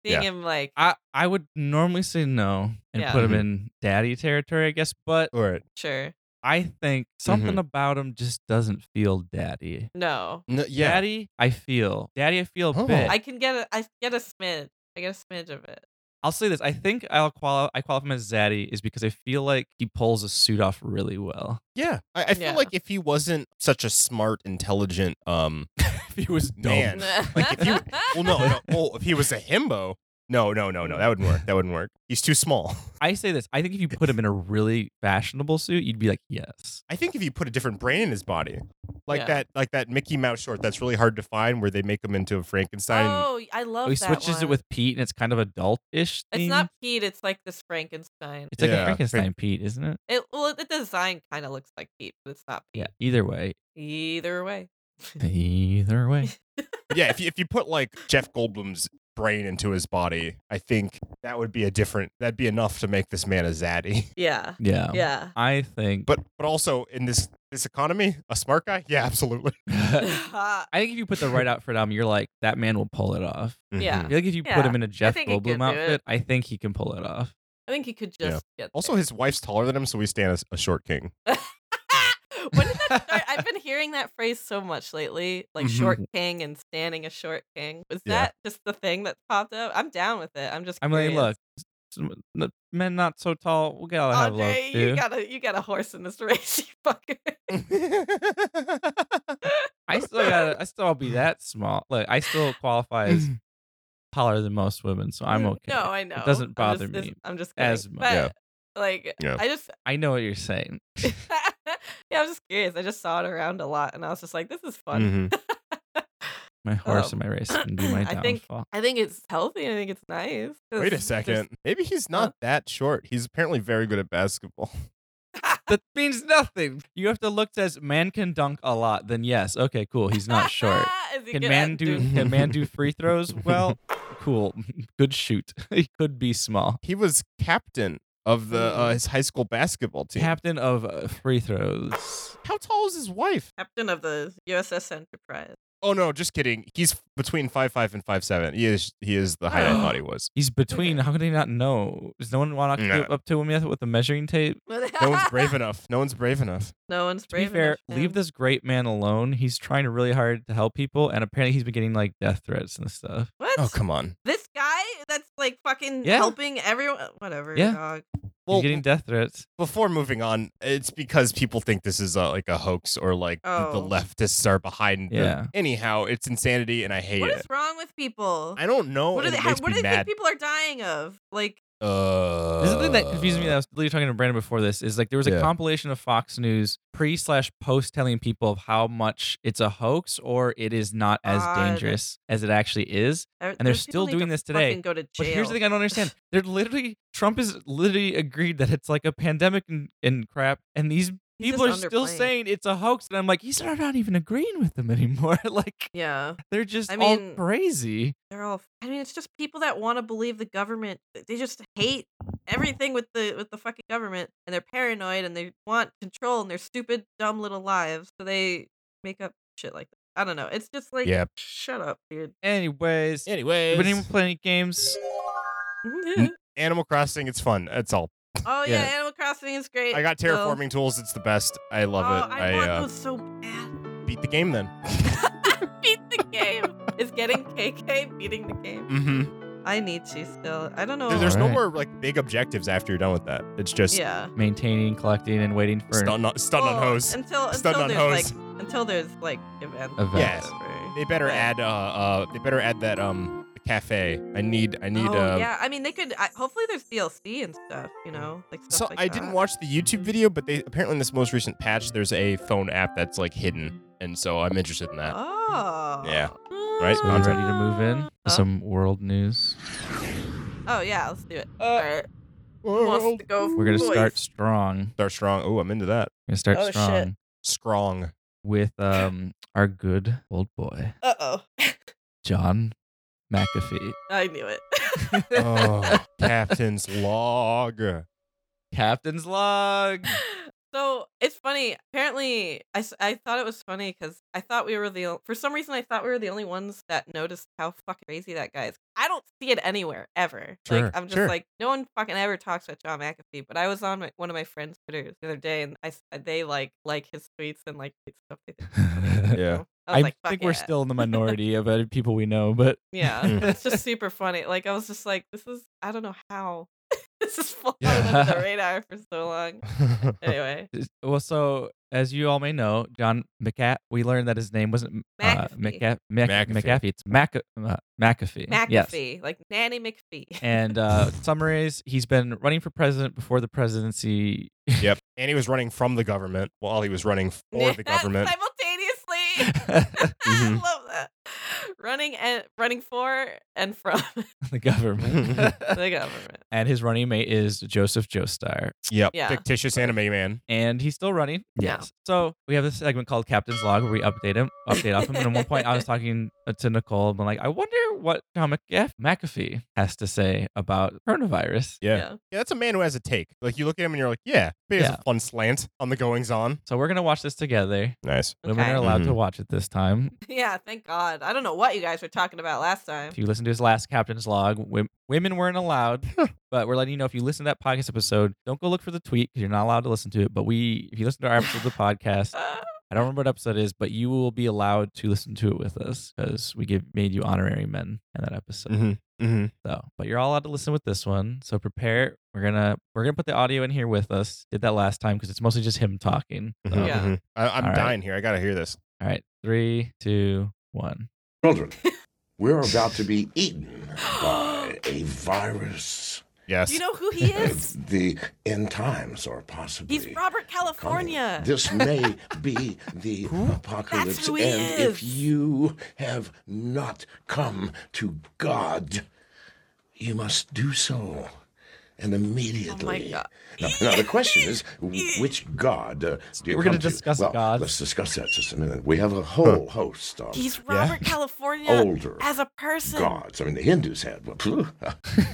S2: seeing
S1: yeah.
S2: him like
S3: I, I would normally say no and
S2: Yeah.
S3: put him
S1: Mhm.
S3: in daddy territory, I guess, but
S1: All right.
S2: sure
S3: I think something about him just doesn't feel daddy.
S2: no.
S1: No, yeah.
S3: Daddy, I feel. Daddy, I feel
S1: Oh.
S3: a bit.
S2: I
S3: I,
S2: can get a I get a smidge. I get a smidge of it.
S3: will say this. I think I'll quali- I qualify him as Zaddy is because I feel like he pulls a suit off really well.
S1: Yeah. I, I feel
S2: Yeah.
S1: like if he wasn't such a smart, intelligent um
S3: if he was dumb.
S1: Man. Like, if you- Well, no, no. Well, if he was a himbo, no, no, no, no. That wouldn't work. That wouldn't work. He's too small.
S3: I say this. I think if you put him in a really fashionable suit, you'd be like, yes.
S1: I think if you put a different brain in his body, like
S2: Yeah.
S1: that, like that Mickey Mouse short, that's really hard to find, where they make him into a Frankenstein.
S2: oh, I love.
S3: Oh, he
S2: that
S3: switches
S2: one.
S3: it with Pete, and it's kind of adult-ish.
S2: It's
S3: theme.
S2: not Pete. It's like this Frankenstein.
S3: It's like
S1: Yeah.
S3: a Frankenstein Pete, isn't it?
S2: It well, the design kind of looks like Pete, but it's not Pete.
S3: Yeah. Either way.
S2: Either way,
S3: Either way.
S1: yeah, if you, if you put like Jeff Goldblum's brain into his body, I think that would be a different. That'd be enough to make this man a zaddy.
S2: yeah,
S3: Yeah.
S2: yeah.
S3: I think.
S1: But but also in this this economy, a smart guy, yeah, absolutely.
S3: I
S2: yeah,
S3: think if you put the right outfit on, you're like that man will pull it off. I
S2: Yeah.
S3: feel like if you
S2: Yeah,
S3: put him in a Jeff
S2: think he could
S3: Goldblum
S2: do it.
S3: outfit, I think he can pull it off.
S2: I think he could
S1: Yeah.
S2: just get.
S1: Also, his wife's taller than him, so we stand as a short king.
S2: there. Ah! when did that That start, I've been hearing that phrase so much lately, like
S3: Mhm.
S2: short king and standing a short king. Was
S1: Yeah.
S2: that just the thing that's popped up? I'm down with it. I'm just.
S3: I'm like,
S2: curious.
S3: look, some- the men not so tall. We gotta have love
S2: Andre, you
S3: too.
S2: got a you got a horse in this race, you fucker.
S3: I still got. I still I'll be that small. Look, I still qualify as taller than most women, so I'm okay.
S2: Mm. No, I know.
S3: doesn't
S2: I'm
S3: bother
S2: just-
S3: me
S2: I'm just
S3: as
S2: kidding.
S3: much.
S2: But,
S1: Yeah.
S2: Like
S1: Yeah.
S2: I just
S3: I know what you're saying.
S2: yeah, I was just curious. I just saw it around a lot, and I was just like, "This is fun."
S3: Mm-hmm.
S1: Mhm.
S3: My horse
S2: Um,
S3: and my race can be my
S2: I think-
S3: downfall.
S2: I think it's healthy. I think it's nice. 'cause
S1: Wait a
S2: there's-
S1: second. Maybe he's
S2: Huh?
S1: not that short. He's apparently very good at basketball.
S3: That means nothing. You have to look as man can dunk a lot. Then yes, okay, cool. He's not short.
S2: Is he
S3: Can
S2: good
S3: man
S2: at
S3: do?
S2: doing-
S3: Can man do free throws? Well, cool. Good shoot. He could be small.
S1: He was captain of the uh, his high school basketball team.
S3: Captain of uh, free throws.
S1: How tall is his wife?
S2: captain of the USS Enterprise?
S1: Oh no, just kidding. He's f- between five five and five seven. He is he is the height I thought he was.
S3: He's between. How could he not know? Does no one walk
S1: No.
S3: up to him yet with a measuring tape?
S1: No one's brave enough. No one's brave enough.
S2: No one's
S3: To be
S2: brave.
S3: fair,
S2: enough,
S3: leave
S2: man.
S3: this great man alone. He's trying really hard to help people, and apparently he's been getting like death threats and stuff.
S2: What?
S1: Oh come on.
S2: This guy that's like fucking
S3: Yeah.
S2: helping everyone. uh, Whatever.
S3: Yeah.
S2: Dog.
S3: he's getting death threats.
S1: before moving on, it's because people think this is a, like a hoax or like the-
S2: Oh.
S1: the leftists are behind. the-
S3: Yeah.
S1: anyhow, it's insanity, and I hate
S2: What
S1: it.
S2: is wrong with people?
S1: I don't know.
S2: what do
S1: and
S2: they?
S1: it
S2: How,
S1: makes
S2: what do
S1: me
S2: they
S1: mad.
S2: think people are dying of? Like,
S1: Uh,
S3: This is the thing that confused me. That I was literally talking to Brandon before this. Is like there was a
S1: Yeah.
S3: compilation of Fox News pre slash post telling people of how much it's a hoax or it is not as
S2: God.
S3: dangerous as it actually is.
S2: and
S3: they're still doing this today.
S2: Go to jail.
S3: But here's the thing I don't understand. They're literally Trump has literally agreed that it's like a pandemic and, and crap, and these
S2: He's
S3: people are
S2: just
S3: still
S2: underplaying.
S3: saying it's a hoax. And I'm like, he's not not even agreeing with them anymore. like
S2: Yeah,
S3: they're just
S2: I
S3: all
S2: mean-
S3: crazy.
S2: they're all. I mean, it's just people that want to believe the government. They just hate everything with the with the fucking government, and they're paranoid, and they want control, and their stupid, dumb little lives. So they make up shit like that. I don't know. It's just like,
S1: Yep.
S2: shut up, dude.
S3: Anyways,
S1: Anyways,
S3: we didn't play any games.
S1: Animal Crossing, it's fun. That's all.
S2: oh yeah,
S3: Yeah.
S2: Animal Crossing is great.
S1: I got
S2: still.
S1: terraforming tools. It's the best. I love
S2: oh,
S1: it.
S2: I,
S1: I,
S2: want
S1: uh,
S2: those so bad.
S1: beat the game then.
S2: Beat the game. is getting KK beating the game.
S1: hmm
S2: I need to still. I don't know.
S1: there's no
S3: Alright.
S1: more like big objectives after you're done with that. It's just
S2: Oh. yeah. Oh,
S3: Maintaining, collecting, and waiting for
S1: stun on, stun on
S2: Well,
S1: hose.
S2: Until until
S1: Stun on
S2: there's
S1: hose.
S2: like until there's like events.
S3: Events.
S1: Yes.
S2: Whatever.
S1: They better add uh, uh they better add that um the cafe. I need I need
S2: oh,
S1: uh
S2: yeah, I mean they could. I, hopefully, there's DLC and stuff. You know, like stuff
S1: so
S2: like
S1: I
S2: that.
S1: didn't watch the YouTube video, but they apparently in this most recent patch there's a phone app that's like hidden. And so I'm interested in that.
S2: Oh.
S1: Yeah. Right,
S3: So I'm ready to move in. with
S2: Huh?
S3: Some world news.
S2: Oh yeah, let's do it.
S3: Uh,
S2: All right. Who Oh, wants to go
S3: We're gonna
S2: first?
S3: start strong.
S1: Start strong. Oh, I'm into that.
S3: We're gonna start
S2: Oh, shit.
S3: strong
S1: Strong.
S3: with um our good old boy
S2: Uh oh,
S3: John McAfee.
S2: I knew it.
S1: Oh, Captain's log.
S3: Captain's log.
S2: So it's funny. Apparently, I, s- I thought it was funny because I thought we were the o- for some reason I thought we were the only ones that noticed how fucking crazy that guy is. I don't see it anywhere ever.
S1: Sure,
S2: like I'm just
S1: sure.
S2: like no one fucking ever talks about John McAfee. But I was on my, one of my friends' Twitter the other day, and I s- uh, they like like his tweets and like tweet stuff. They think is funny, you
S1: Yeah.
S2: know? I,
S3: I,
S2: was like, "Fuck
S3: think we're
S2: yeah."
S3: still in the minority of uh, people we know, but
S2: yeah.
S1: Mm.
S2: it's just super funny. Like I was just like this is I don't know how this is flying
S1: Yeah.
S2: under the radar for so long. Anyway.
S3: well, so as you all may know, John McCat, we learned that his name wasn't uh,
S2: McAfee.
S3: McCa- Mc-
S1: McAfee.
S3: McAfee. It's Mac- uh, McAfee. Yes.
S2: McAfee, like Nanny McPhee.
S3: And uh, summaries, he's been running for president before the presidency.
S1: Yep. And he was running from the government while he was running for the government.
S2: simultaneously.
S3: the
S1: Mhm.
S2: I love that. Running and running for and from
S3: government.
S2: the government.
S3: and his running mate is Joseph Joestar.
S1: Yep.
S2: Yeah.
S1: Fictitious anime man.
S3: and he's still running.
S2: Yeah.
S3: So we have this segment called Captain's Log where we update him, update off him. And at one point, I was talking uh, to Nicole, and I'm like, I wonder what John McAf- McAfee has to say about coronavirus.
S1: Yeah. yeah. that's a man who has a take. Like you look at him and you're like, yeah, but he has
S3: Yeah.
S1: a fun slant on the goings on.
S3: So we're gonna watch this together.
S1: Nice.
S3: Women
S2: Okay.
S3: are allowed to
S1: Mhm.
S3: watch it this time.
S2: Yeah, thank God. I don't know what you guys were talking about last time.
S3: If you listen to his last Captain's Log, wom- women weren't allowed, but we're letting you know if you listen to that podcast episode, don't go look for the tweet because you're not allowed to listen to it. But we, if you listen to our episode of the podcast,
S2: Uh,
S3: I don't remember what episode it is, but you will be allowed to listen to it with us because we give, made you honorary men in that episode.
S1: Mm-hmm. Mm-hmm.
S3: So, but you're all allowed to listen with this one. So prepare. We're gonna we're gonna put the audio in here with us. Did that last time because it's mostly just him talking. So-
S1: mhm,
S2: Yeah.
S1: mhm. I, I'm
S3: All right.
S1: dying here. I gotta hear this.
S3: All right, three, two, one.
S4: Children, we're about to be eaten by a virus.
S1: Yes.
S2: Do you know who he is?
S4: The end times are possibly.
S2: He's Robert
S4: coming.
S2: California. Oh
S4: This may be the apocalypse.
S2: That's who he
S4: and if
S2: is.
S4: you have not come to God, you must do so. And immediately.
S2: Oh God.
S4: Now, now the question is, wh- which God uh, do you
S3: We're gonna
S4: come to?
S3: discuss
S4: well,
S3: gods.
S4: Let's discuss that just a minute. We have a whole host of
S2: He's Robert California
S4: Older
S2: as a person.
S4: gods. I mean, the Hindus had well, phew,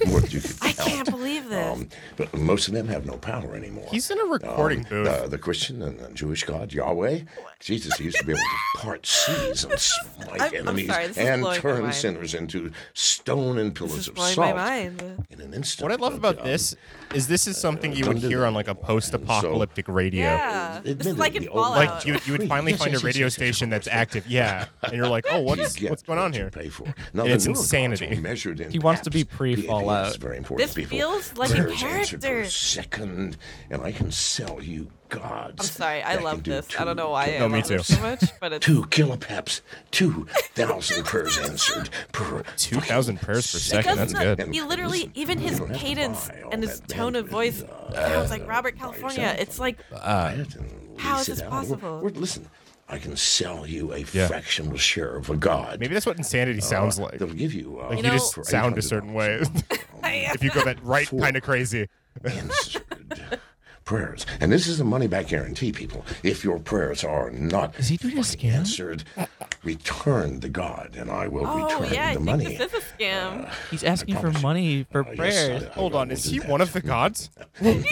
S4: more than you could
S2: I
S4: count.
S2: can't believe this.
S4: Um, but most of them have no power anymore.
S1: He's in a recording
S4: Um,
S1: booth.
S4: the, the Christian and the Jewish God Yahweh, Jesus used to be able to part seas and
S2: I'm-
S4: smite
S2: I'm
S4: enemies
S2: sorry, this is
S4: and
S2: blowing my
S4: turn
S2: mind.
S4: sinners into stone and pillars
S2: this is
S4: of
S2: blowing
S4: salt
S2: my mind.
S4: in an instant.
S1: What I love
S4: But,
S1: about
S4: um,
S1: this is this is something you would
S4: don't do
S1: hear
S4: that
S1: on like a
S4: anymore.
S1: post-apocalyptic radio.
S2: Yeah. Uh, This is
S4: admittedly, oh,
S2: like in
S4: the old-
S2: Fallout.
S1: Like you, you would
S4: Free.
S1: finally
S4: Yes,
S1: find a
S4: yes, yes,
S1: radio
S4: yes, yes,
S1: station
S4: of
S1: that's
S4: course.
S1: active, yeah, and you're like, oh,
S4: you
S1: what's
S4: get
S1: what's going on
S4: what you
S1: here?
S4: Pay for. Now,
S1: And
S4: the
S1: it's
S4: newer gods
S1: insanity.
S4: are measured in
S3: He wants to be
S4: paps.
S3: pre-Fallout.
S4: It's E very important.
S2: This
S4: people.
S2: feels like a
S4: Prayers answered
S2: character.
S4: per Second, and I can sell you gods.
S2: I'm sorry. I
S4: that can
S2: love
S4: do
S2: this. I
S4: two
S2: don't know why I
S1: No,
S2: love
S1: me too.
S2: this so much, but it's
S4: Two kilopaps, two thousand prayers answered per
S1: Two thousand prayers per
S2: It
S1: second. That's
S2: doesn't-
S1: good.
S2: He literally,
S4: Listen,
S2: even
S4: you
S2: his
S4: don't have to
S2: cadence
S4: buy all
S2: and his
S4: that
S2: tone of
S4: bandwidth,
S2: voice
S4: uh,
S2: sounds like Robert
S4: by
S2: California.
S4: yourself.
S2: It's like
S1: Uh,
S4: Quiet and
S2: how
S4: lease
S2: is
S4: it
S2: this
S4: out. We're-
S2: possible?
S4: we're- listen, I can sell you a
S1: Yeah.
S4: fractional share of a god.
S1: Maybe that's what insanity
S4: Oh,
S1: sounds like.
S4: They'll give you. Uh,
S1: Like you,
S2: know-
S1: just
S4: for
S1: sound a certain way
S4: $800
S1: if you go that right
S4: Fool.
S1: kind of crazy.
S4: answered prayers, and this is a money-back guarantee, people. If your prayers are not
S3: Is he doing a
S4: fucking
S3: scam?
S4: answered, return the god, and I will
S2: oh
S4: return
S2: yeah, I
S4: the
S2: think
S4: money. Uh,
S2: this is a scam.
S3: He's asking for
S4: promise you.
S3: money for
S4: Uh, yes,
S3: prayers.
S4: I- I
S1: Hold
S4: will
S1: on, is
S4: do
S1: he
S4: that.
S1: one of the gods?
S2: he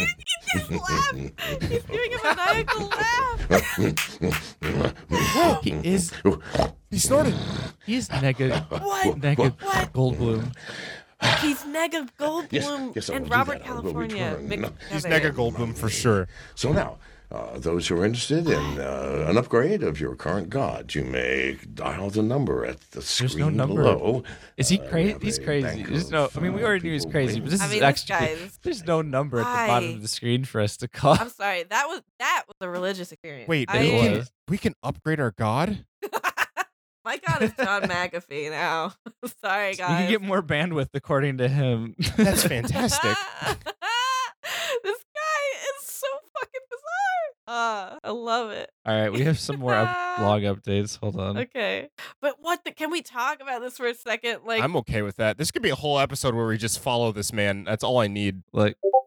S2: just laughed. He's doing a maniacal laugh.
S3: he is
S1: He snorted.
S3: he is nega
S2: What?
S3: nega
S2: What?
S3: Goldblum.
S2: He's Nega Goldblum
S4: yes, I will
S2: and
S4: do
S2: Robert
S4: that. I will
S2: California.
S4: return.
S2: mixed
S1: He's
S2: together.
S1: Nega Goldblum for sure.
S4: So now, uh, those who are interested in uh, an upgrade of your current god, you may dial the number at the screen
S3: no number.
S4: below.
S3: Is he
S4: Uh, we
S3: crazy?
S4: have
S3: He's
S4: a
S3: crazy.
S4: bank
S3: There's
S4: of,
S3: no. I mean, we
S4: uh,
S3: already knew he's
S4: people
S3: crazy,
S4: waiting.
S3: but this
S2: I
S3: is
S2: mean, this
S3: actually.
S2: guy's-
S3: There's no number at the bottom
S2: Why?
S3: of the screen for us to call.
S2: I'm sorry. That was that was a religious experience.
S1: Wait,
S2: I,
S1: we
S3: It
S1: can,
S3: was.
S1: we can upgrade our god?
S2: my God, it's John McAfee now. sorry,
S3: You can
S2: guys.
S3: get more bandwidth according to him.
S1: That's fantastic.
S2: this guy is so fucking bizarre. Ah, I love it.
S3: All right, we have some more up- blog updates. Hold on.
S2: Okay, but what the, can we talk about this for a second? Like,
S1: I'm okay with that. This could be a whole episode where we just follow this man. That's all I need.
S3: Look,
S2: oh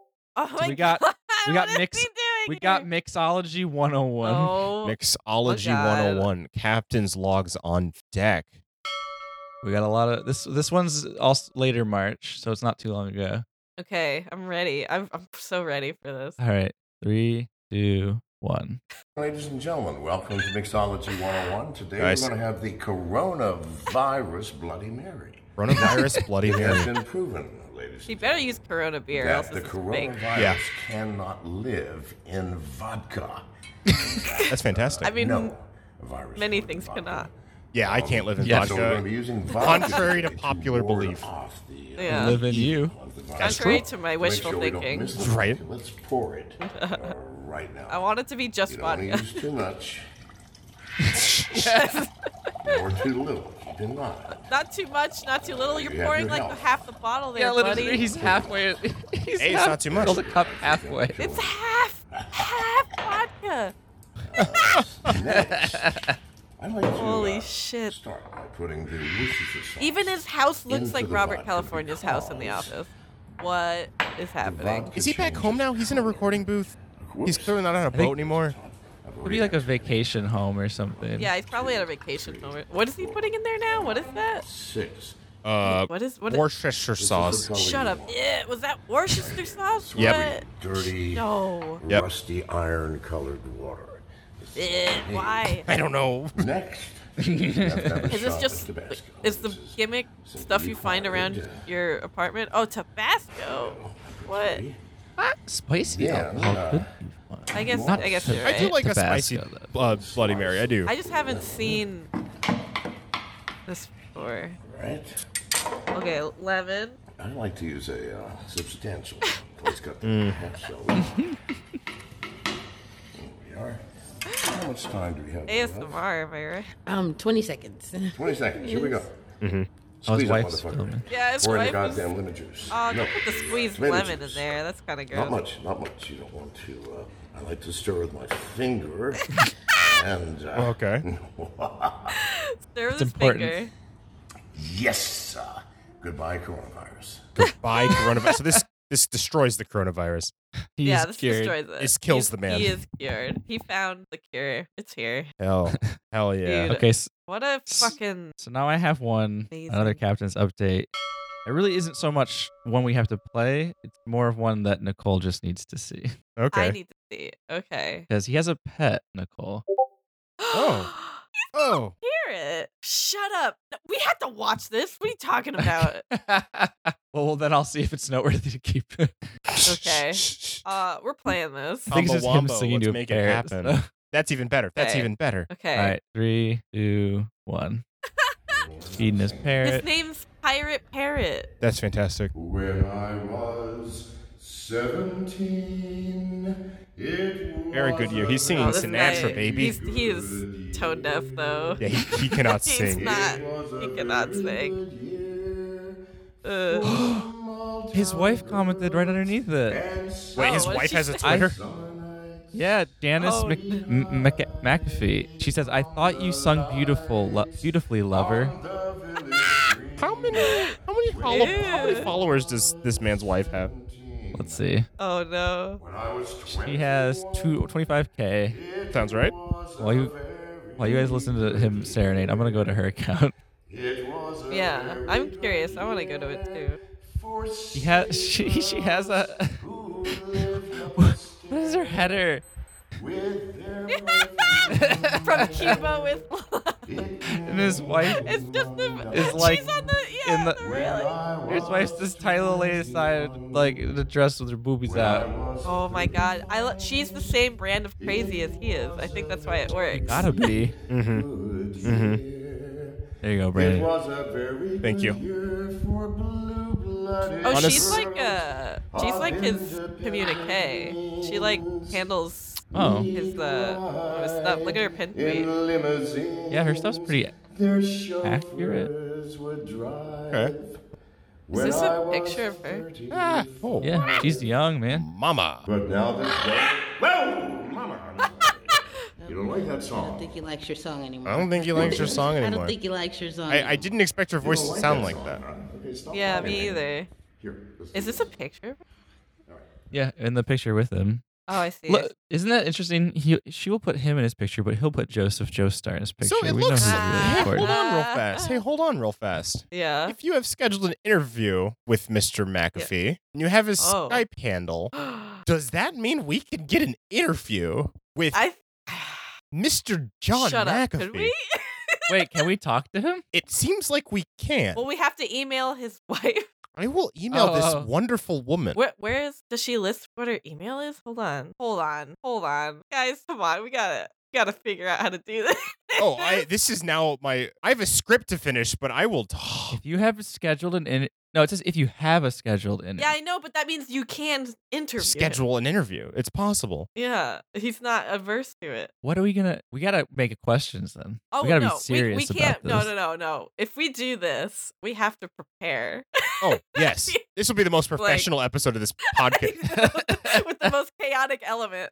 S3: so
S2: my
S3: we got-
S2: God,
S3: we got
S2: what is
S3: mix-
S2: he doing
S3: we got
S2: here?
S3: mixology 101.
S2: Oh,
S1: Mixology
S2: Oh, God.
S1: 101. Captain's logs on deck.
S3: We got a lot of this. This one's also later March, so it's not too long ago.
S2: okay. I'm ready. I'm I'm so ready for this.
S3: All right, three, two, one.
S4: Ladies and gentlemen, welcome to Mixology 101. Today
S1: Nice.
S4: we're going to have the coronavirus Bloody Mary.
S1: Coronavirus, Bloody
S4: It has
S1: Mary.
S4: been proven, ladies
S2: He
S4: and
S2: better use Corona beer, else
S4: that the
S2: this is fake.
S4: coronavirus
S1: Yeah.
S4: cannot live in vodka.
S1: That's fantastic.
S2: I mean,
S4: no, virus
S2: many
S4: lives in
S2: things
S4: vodka.
S2: cannot.
S1: yeah, I can't live in
S3: Yes.
S4: So we're going to
S1: vodka.
S4: be using vodka
S1: Contrary to
S4: today
S1: popular
S4: ward
S1: belief.
S4: off the, uh,
S2: Yeah.
S3: Live in you.
S4: of the virus.
S2: Contrary
S1: true.
S2: to my
S4: make
S2: wishful
S4: sure we don't
S2: thinking,
S4: miss the vodka.
S1: Right.
S4: Let's pour it uh, right now.
S2: I want it to be just
S4: you don't
S2: vodka.
S4: want to use too much or too little. Keep in mind.
S2: Not too much, not too little. You're
S4: You have
S2: pouring
S4: your
S2: like
S4: health.
S2: half the bottle there,
S3: Yeah, literally,
S2: buddy.
S3: he's halfway. He's
S1: Hey, it's not too much.
S3: Filled the cup halfway.
S2: It's half, half vodka.
S4: Next, I'd like to
S2: Holy
S4: uh,
S2: shit.
S4: start by putting the Worcestershire sauce.
S2: Even his house looks
S4: Into
S2: like
S4: the
S2: Robert
S4: vodka
S2: California's house in the
S4: because
S2: office. What is happening?
S4: vodka
S1: Is he back
S4: changes
S1: home now? He's in a
S4: color.
S1: recording booth. He's
S4: Whoops.
S1: clearly not on a
S3: think-
S1: boat anymore.
S3: It'd be like a vacation home or something.
S2: Yeah, he's probably at a vacation moment. What is he putting in there now? What is that?
S4: Six.
S1: Uh,
S2: What is what? Is,
S1: Worcestershire
S4: This is
S1: sauce.
S4: the color
S2: shut
S4: you
S2: up!
S4: want.
S2: Ew, was that Worcester sauce?
S1: Yep.
S2: What?
S4: Dirty,
S2: No.
S1: Yep.
S4: rusty iron colored water. This is
S2: Ew,
S4: what I
S2: why?
S1: I don't know.
S4: need. Next. Is
S2: Eh. Is this just is the gimmick stuff you find around your apartment? Oh, Tabasco. What?
S3: Ah, spicy
S4: Yeah,
S3: alcohol
S4: uh,
S3: could be fun.
S2: I guess
S3: Not
S2: I guess
S3: to-
S2: you're
S1: I
S2: right.
S1: do like
S3: Tabasco,
S1: a spicy
S3: though.
S1: uh, Bloody Mary. I do.
S2: Eh, I just haven't seen this before.
S4: Right?
S2: Okay, lemon.
S4: I like to use a uh, substantial place cut
S1: Mm.
S4: there, perhaps, so. There we are. How much time do we have?
S2: ASMR, am
S4: left?
S2: I right?
S5: Um, 20 seconds.
S4: 20 seconds. Here we go.
S1: Mm-hmm.
S3: Oh, his
S4: Squeeze that
S3: wife's
S4: motherfucker.
S3: filming.
S2: Yeah, his
S4: We're in the
S2: wife was-
S4: goddamn lemon juice.
S2: Oh,
S4: no.
S2: don't put the squeezed
S4: tomato
S2: lemon in
S4: juice.
S2: there. That's kind of gross.
S4: Not much, not much. You don't want to. Uh, I like to stir with my finger. and. Uh,
S1: Okay.
S2: There was
S3: It's
S2: his
S3: important.
S2: finger.
S4: Yes! Uh, goodbye, coronavirus.
S1: Goodbye, coronavirus. So this this destroys the coronavirus.
S3: He's
S2: yeah, this
S3: cured.
S2: destroys it.
S1: This kills
S2: He's-
S1: the man.
S2: He is cured. He found the cure. It's here.
S1: Hell, hell yeah.
S2: Dude.
S3: Okay, s-
S2: What a
S3: S-
S2: fucking
S3: So now I have one
S2: Amazing.
S3: another captain's update. It really isn't so much one we have to play. It's more of one that Nicole just needs to see
S1: Okay.
S2: I need to see. it. Okay.
S3: because he has a pet, Nicole.
S1: Oh. oh,
S2: Hear it. Shut up. No, We had to watch this. What are you talking about?
S3: well, then I'll see if it's noteworthy to keep. it.
S2: Okay. uh, we're playing this.
S1: Oh.
S3: I think it's just him
S1: Wombo,
S3: singing
S1: let's
S3: to a
S1: make it
S3: parrot.
S1: happen. that's even better. That's
S2: Okay.
S1: even better.
S2: Okay.
S3: All right, three, two, one. Feeding his
S2: His
S3: parrot.
S2: name's Pirate Parrot.
S1: That's fantastic.
S4: When I was 17, it was.
S1: Very good year. He's singing
S2: Oh, this
S1: Sinatra,
S2: guy-
S1: baby.
S2: He's, he is tone deaf though.
S1: yeah, he, he cannot
S2: He's
S1: sing.
S2: not. He cannot sing. Uh,
S3: His wife commented right underneath it.
S1: Wait, his
S2: Oh, what did
S1: wife
S2: she
S1: has a
S2: say?
S1: Twitter.
S3: Yeah, Janice
S2: Oh,
S3: Mc- M- Mc- McAfee. She says, "I thought you sung beautiful, lo- beautifully, lover."
S1: How many how many, follow- how many followers does this man's wife have?
S3: Let's see.
S2: oh no.
S3: He has two, 25k.
S1: Sounds right.
S3: While you while you guys listen to him serenade, I'm gonna go to her account.
S2: Yeah. I'm curious. I want to go to it too.
S3: She has she she has a what is her header?
S2: From Kibo with
S3: And his wife
S2: It's just the
S3: It's like
S2: she's on the yeah,
S3: in the-
S2: really.
S3: his wife's this tiny little lady side like the dress with her boobies out.
S2: Oh my god. I lo- she's the same brand of crazy as he is. I think that's why it works.
S3: Gotta be. There you go, Brandon.
S1: Thank you.
S2: Oh,
S1: Honest-
S2: she's like uh she's like his communique. She like handles
S3: Oh.
S2: his uh his stuff. Look at her pin tweet.
S4: Limousine,
S3: Yeah, her stuff's pretty
S4: their chauffeurs
S3: accurate.
S4: would drive.
S2: Is this a picture of her?
S1: Ah, oh,
S3: Yeah, she's young, man.
S1: mama.
S4: But now this day. Whoa! Mama! you don't like that
S5: I don't
S4: song.
S5: think he likes your song anymore.
S1: I don't think he likes your song
S5: I
S1: anymore.
S5: don't think he likes your song.
S1: I, I didn't expect her voice to sound like that.
S2: Yeah, me either.
S4: Here,
S2: Is this a picture? of her?
S3: Yeah, in the picture with him.
S2: Oh, I see.
S3: Look, isn't that interesting? He she will put him in his picture, but he'll put Joseph Joestar in his picture.
S1: So it
S3: we
S1: looks.
S3: know he's
S2: Ah.
S3: really
S1: Hey, hold
S3: important.
S1: on real fast. Hey, hold on real fast.
S2: Yeah.
S1: If you have scheduled an interview with Mr. McAfee and you have his
S2: Oh.
S1: Skype handle, does that mean we can get an interview with
S2: I
S1: Mr. John
S2: shut
S1: McAfee?
S2: up. Could we?
S3: Wait, can we talk to him?
S1: It seems like we can.
S2: well, we have to email his wife.
S1: I will email
S3: Oh,
S1: this
S3: oh.
S1: wonderful woman.
S2: Where, where is? Does she list what her email is? Hold on. Hold on. Hold on, guys. Come on. We gotta we gotta figure out how to do this.
S1: oh, I this is now my I have a script to finish, but I will
S3: If you have scheduled an in, no, it says if you have a scheduled in.
S2: Yeah, I know, but that means you can interview. him.
S1: schedule an interview. It's possible.
S2: Yeah, he's not averse to it.
S3: What are we gonna? We gotta make it questions then.
S2: Oh
S3: we gotta
S2: no,
S3: be serious
S2: we, we
S3: about
S2: can't.
S3: this.
S2: No, no, no, no. If we do this, we have to prepare
S1: Oh, yes. this will be the most
S2: Like-
S1: professional episode of this podcast.
S2: with the most chaotic element.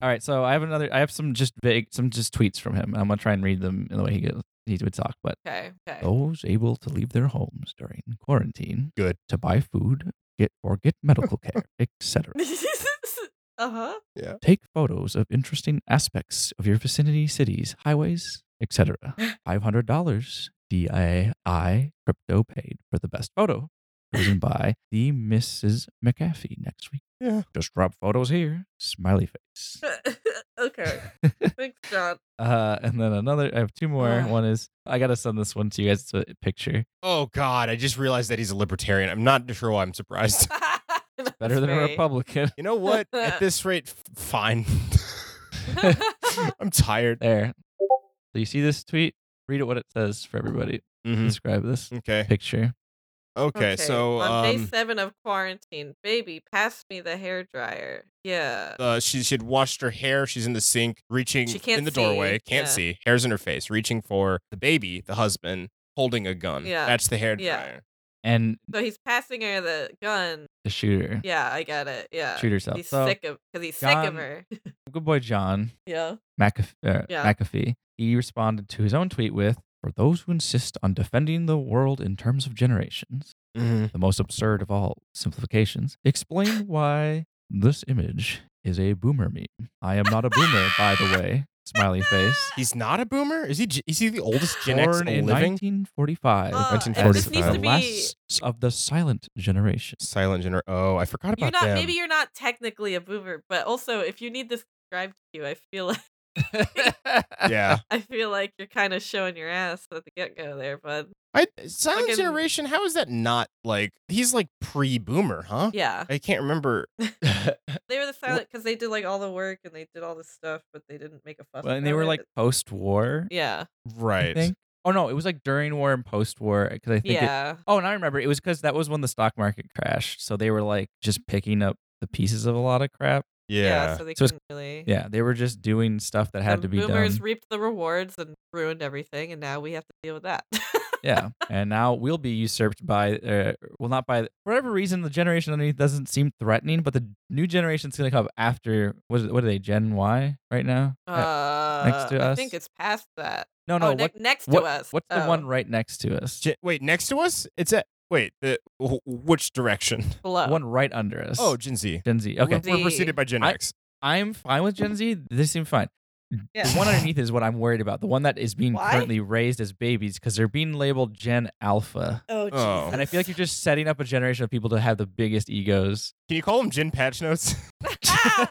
S3: All right, so I have another. I have some just vague, some just tweets from him. I'm gonna try and read them in the way he goes. He would talk, but
S2: Okay. Okay.
S3: those able to leave their homes during quarantine,
S1: Good.
S3: to buy food, get or get medical care, etc.
S2: uh huh.
S3: Take photos of interesting aspects of your vicinity, cities, highways, etc. $500 DII crypto paid for the best photo, chosen by the Mrs. McAfee next week.
S1: Yeah.
S3: Just drop photos here. Smiley face.
S2: okay. Thanks, John.
S3: Uh, and then another, I have two more.
S2: Ugh.
S3: One is, I got to send this one to you guys. It's a picture.
S1: Oh God, I just realized that he's a libertarian. I'm not sure why I'm surprised.
S2: That's
S3: Better than a
S2: very-
S3: Republican.
S1: You know what? At this rate, f- fine. I'm tired.
S3: There. So you see this tweet? Read it what it says for everybody.
S1: Mhm.
S3: Describe this
S1: Okay.
S3: picture.
S1: Okay. So
S2: on day
S1: um,
S2: seven of quarantine, baby, pass me the hair dryer. Yeah.
S1: uh, she she had washed her hair. She's in the sink, reaching
S2: She can't
S1: in the
S2: see,
S1: doorway. Can't
S2: yeah.
S1: see. Hair's in her face, reaching for the baby, the husband, holding a gun.
S2: Yeah,
S1: That's the hair
S2: yeah.
S1: dryer.
S3: And
S2: So he's passing her the gun.
S3: the shooter.
S2: Yeah, I get it. Yeah.
S3: Shoot herself.
S2: He's
S3: so
S2: sick of because he's sick
S3: John-
S2: of her.
S3: good boy John
S2: yeah.
S3: McAfee, uh,
S2: Yeah.
S3: McAfee. He responded to his own tweet with For those who insist on defending the world in terms of generations, the most absurd of all simplifications, explain why this image is a boomer meme. I am not a boomer, by the way. Smiley face.
S1: He's not a boomer. Is he? G- Is he the oldest Gen X
S3: Born in
S1: living?
S3: 1945.
S2: Uh,
S1: and this needs
S3: the
S1: to be-
S3: last of the silent generation.
S1: Silent gener. Oh, I forgot about
S2: You're not.
S1: them.
S2: Maybe you're not technically a boomer, but also if you need this described to you, I feel like
S1: yeah.
S2: I feel like you're kind of showing your ass at the get go there, bud.
S1: I, Silent
S2: Fucking-
S1: Generation. How is that not like? He's like pre-boomer, huh?
S2: Yeah,
S1: I can't remember.
S2: they were the silent because they did like all the work and they did all this stuff, but they didn't make a fuss.
S3: Well, and they
S2: about
S3: were
S2: it.
S3: like post war.
S2: yeah,
S1: Right.
S3: Oh, no. It was like during war and post war. Because I think it,
S2: yeah,
S3: Oh, and I remember it was because that was when the stock market crashed. So they were like just picking up the pieces of a lot of crap.
S2: yeah,
S1: Yeah.
S2: So they
S3: So it's-
S2: couldn't really.
S3: Yeah, they were just doing stuff that had
S2: the
S3: to be
S2: boomers
S3: done.
S2: reaped the rewards and ruined everything, and now we have to deal with that.
S3: yeah, and now we'll be usurped by, uh, well, not by for whatever reason. The generation underneath doesn't seem threatening, but the new generation's gonna come after. What, is, what are they? Gen Y right now? Uh,
S2: Uh,
S3: to
S2: I
S3: us?
S2: think it's past that.
S3: no, no.
S2: oh, ne-
S3: what,
S2: next to
S3: what-
S2: us.
S3: What's the
S2: Oh,
S3: one right next to us?
S1: Gen- wait, next to us? It's at wait, the wh- which direction?
S2: below?
S3: One right under us.
S1: Oh, Gen Z.
S3: Gen Z. Okay,
S1: We're, we're preceded by Gen
S3: I-
S1: X.
S3: I'm fine with Gen Z. They seem fine.
S2: Yeah.
S3: The one underneath is what I'm worried about. The one that is being
S2: Why?
S3: currently raised as babies because they're being labeled Gen Alpha.
S2: Oh,
S1: Oh.
S2: Jesus.
S3: And I feel like you're just setting up a generation of people to have the biggest egos.
S1: Can you call them Gen Patch Notes?
S2: Oh,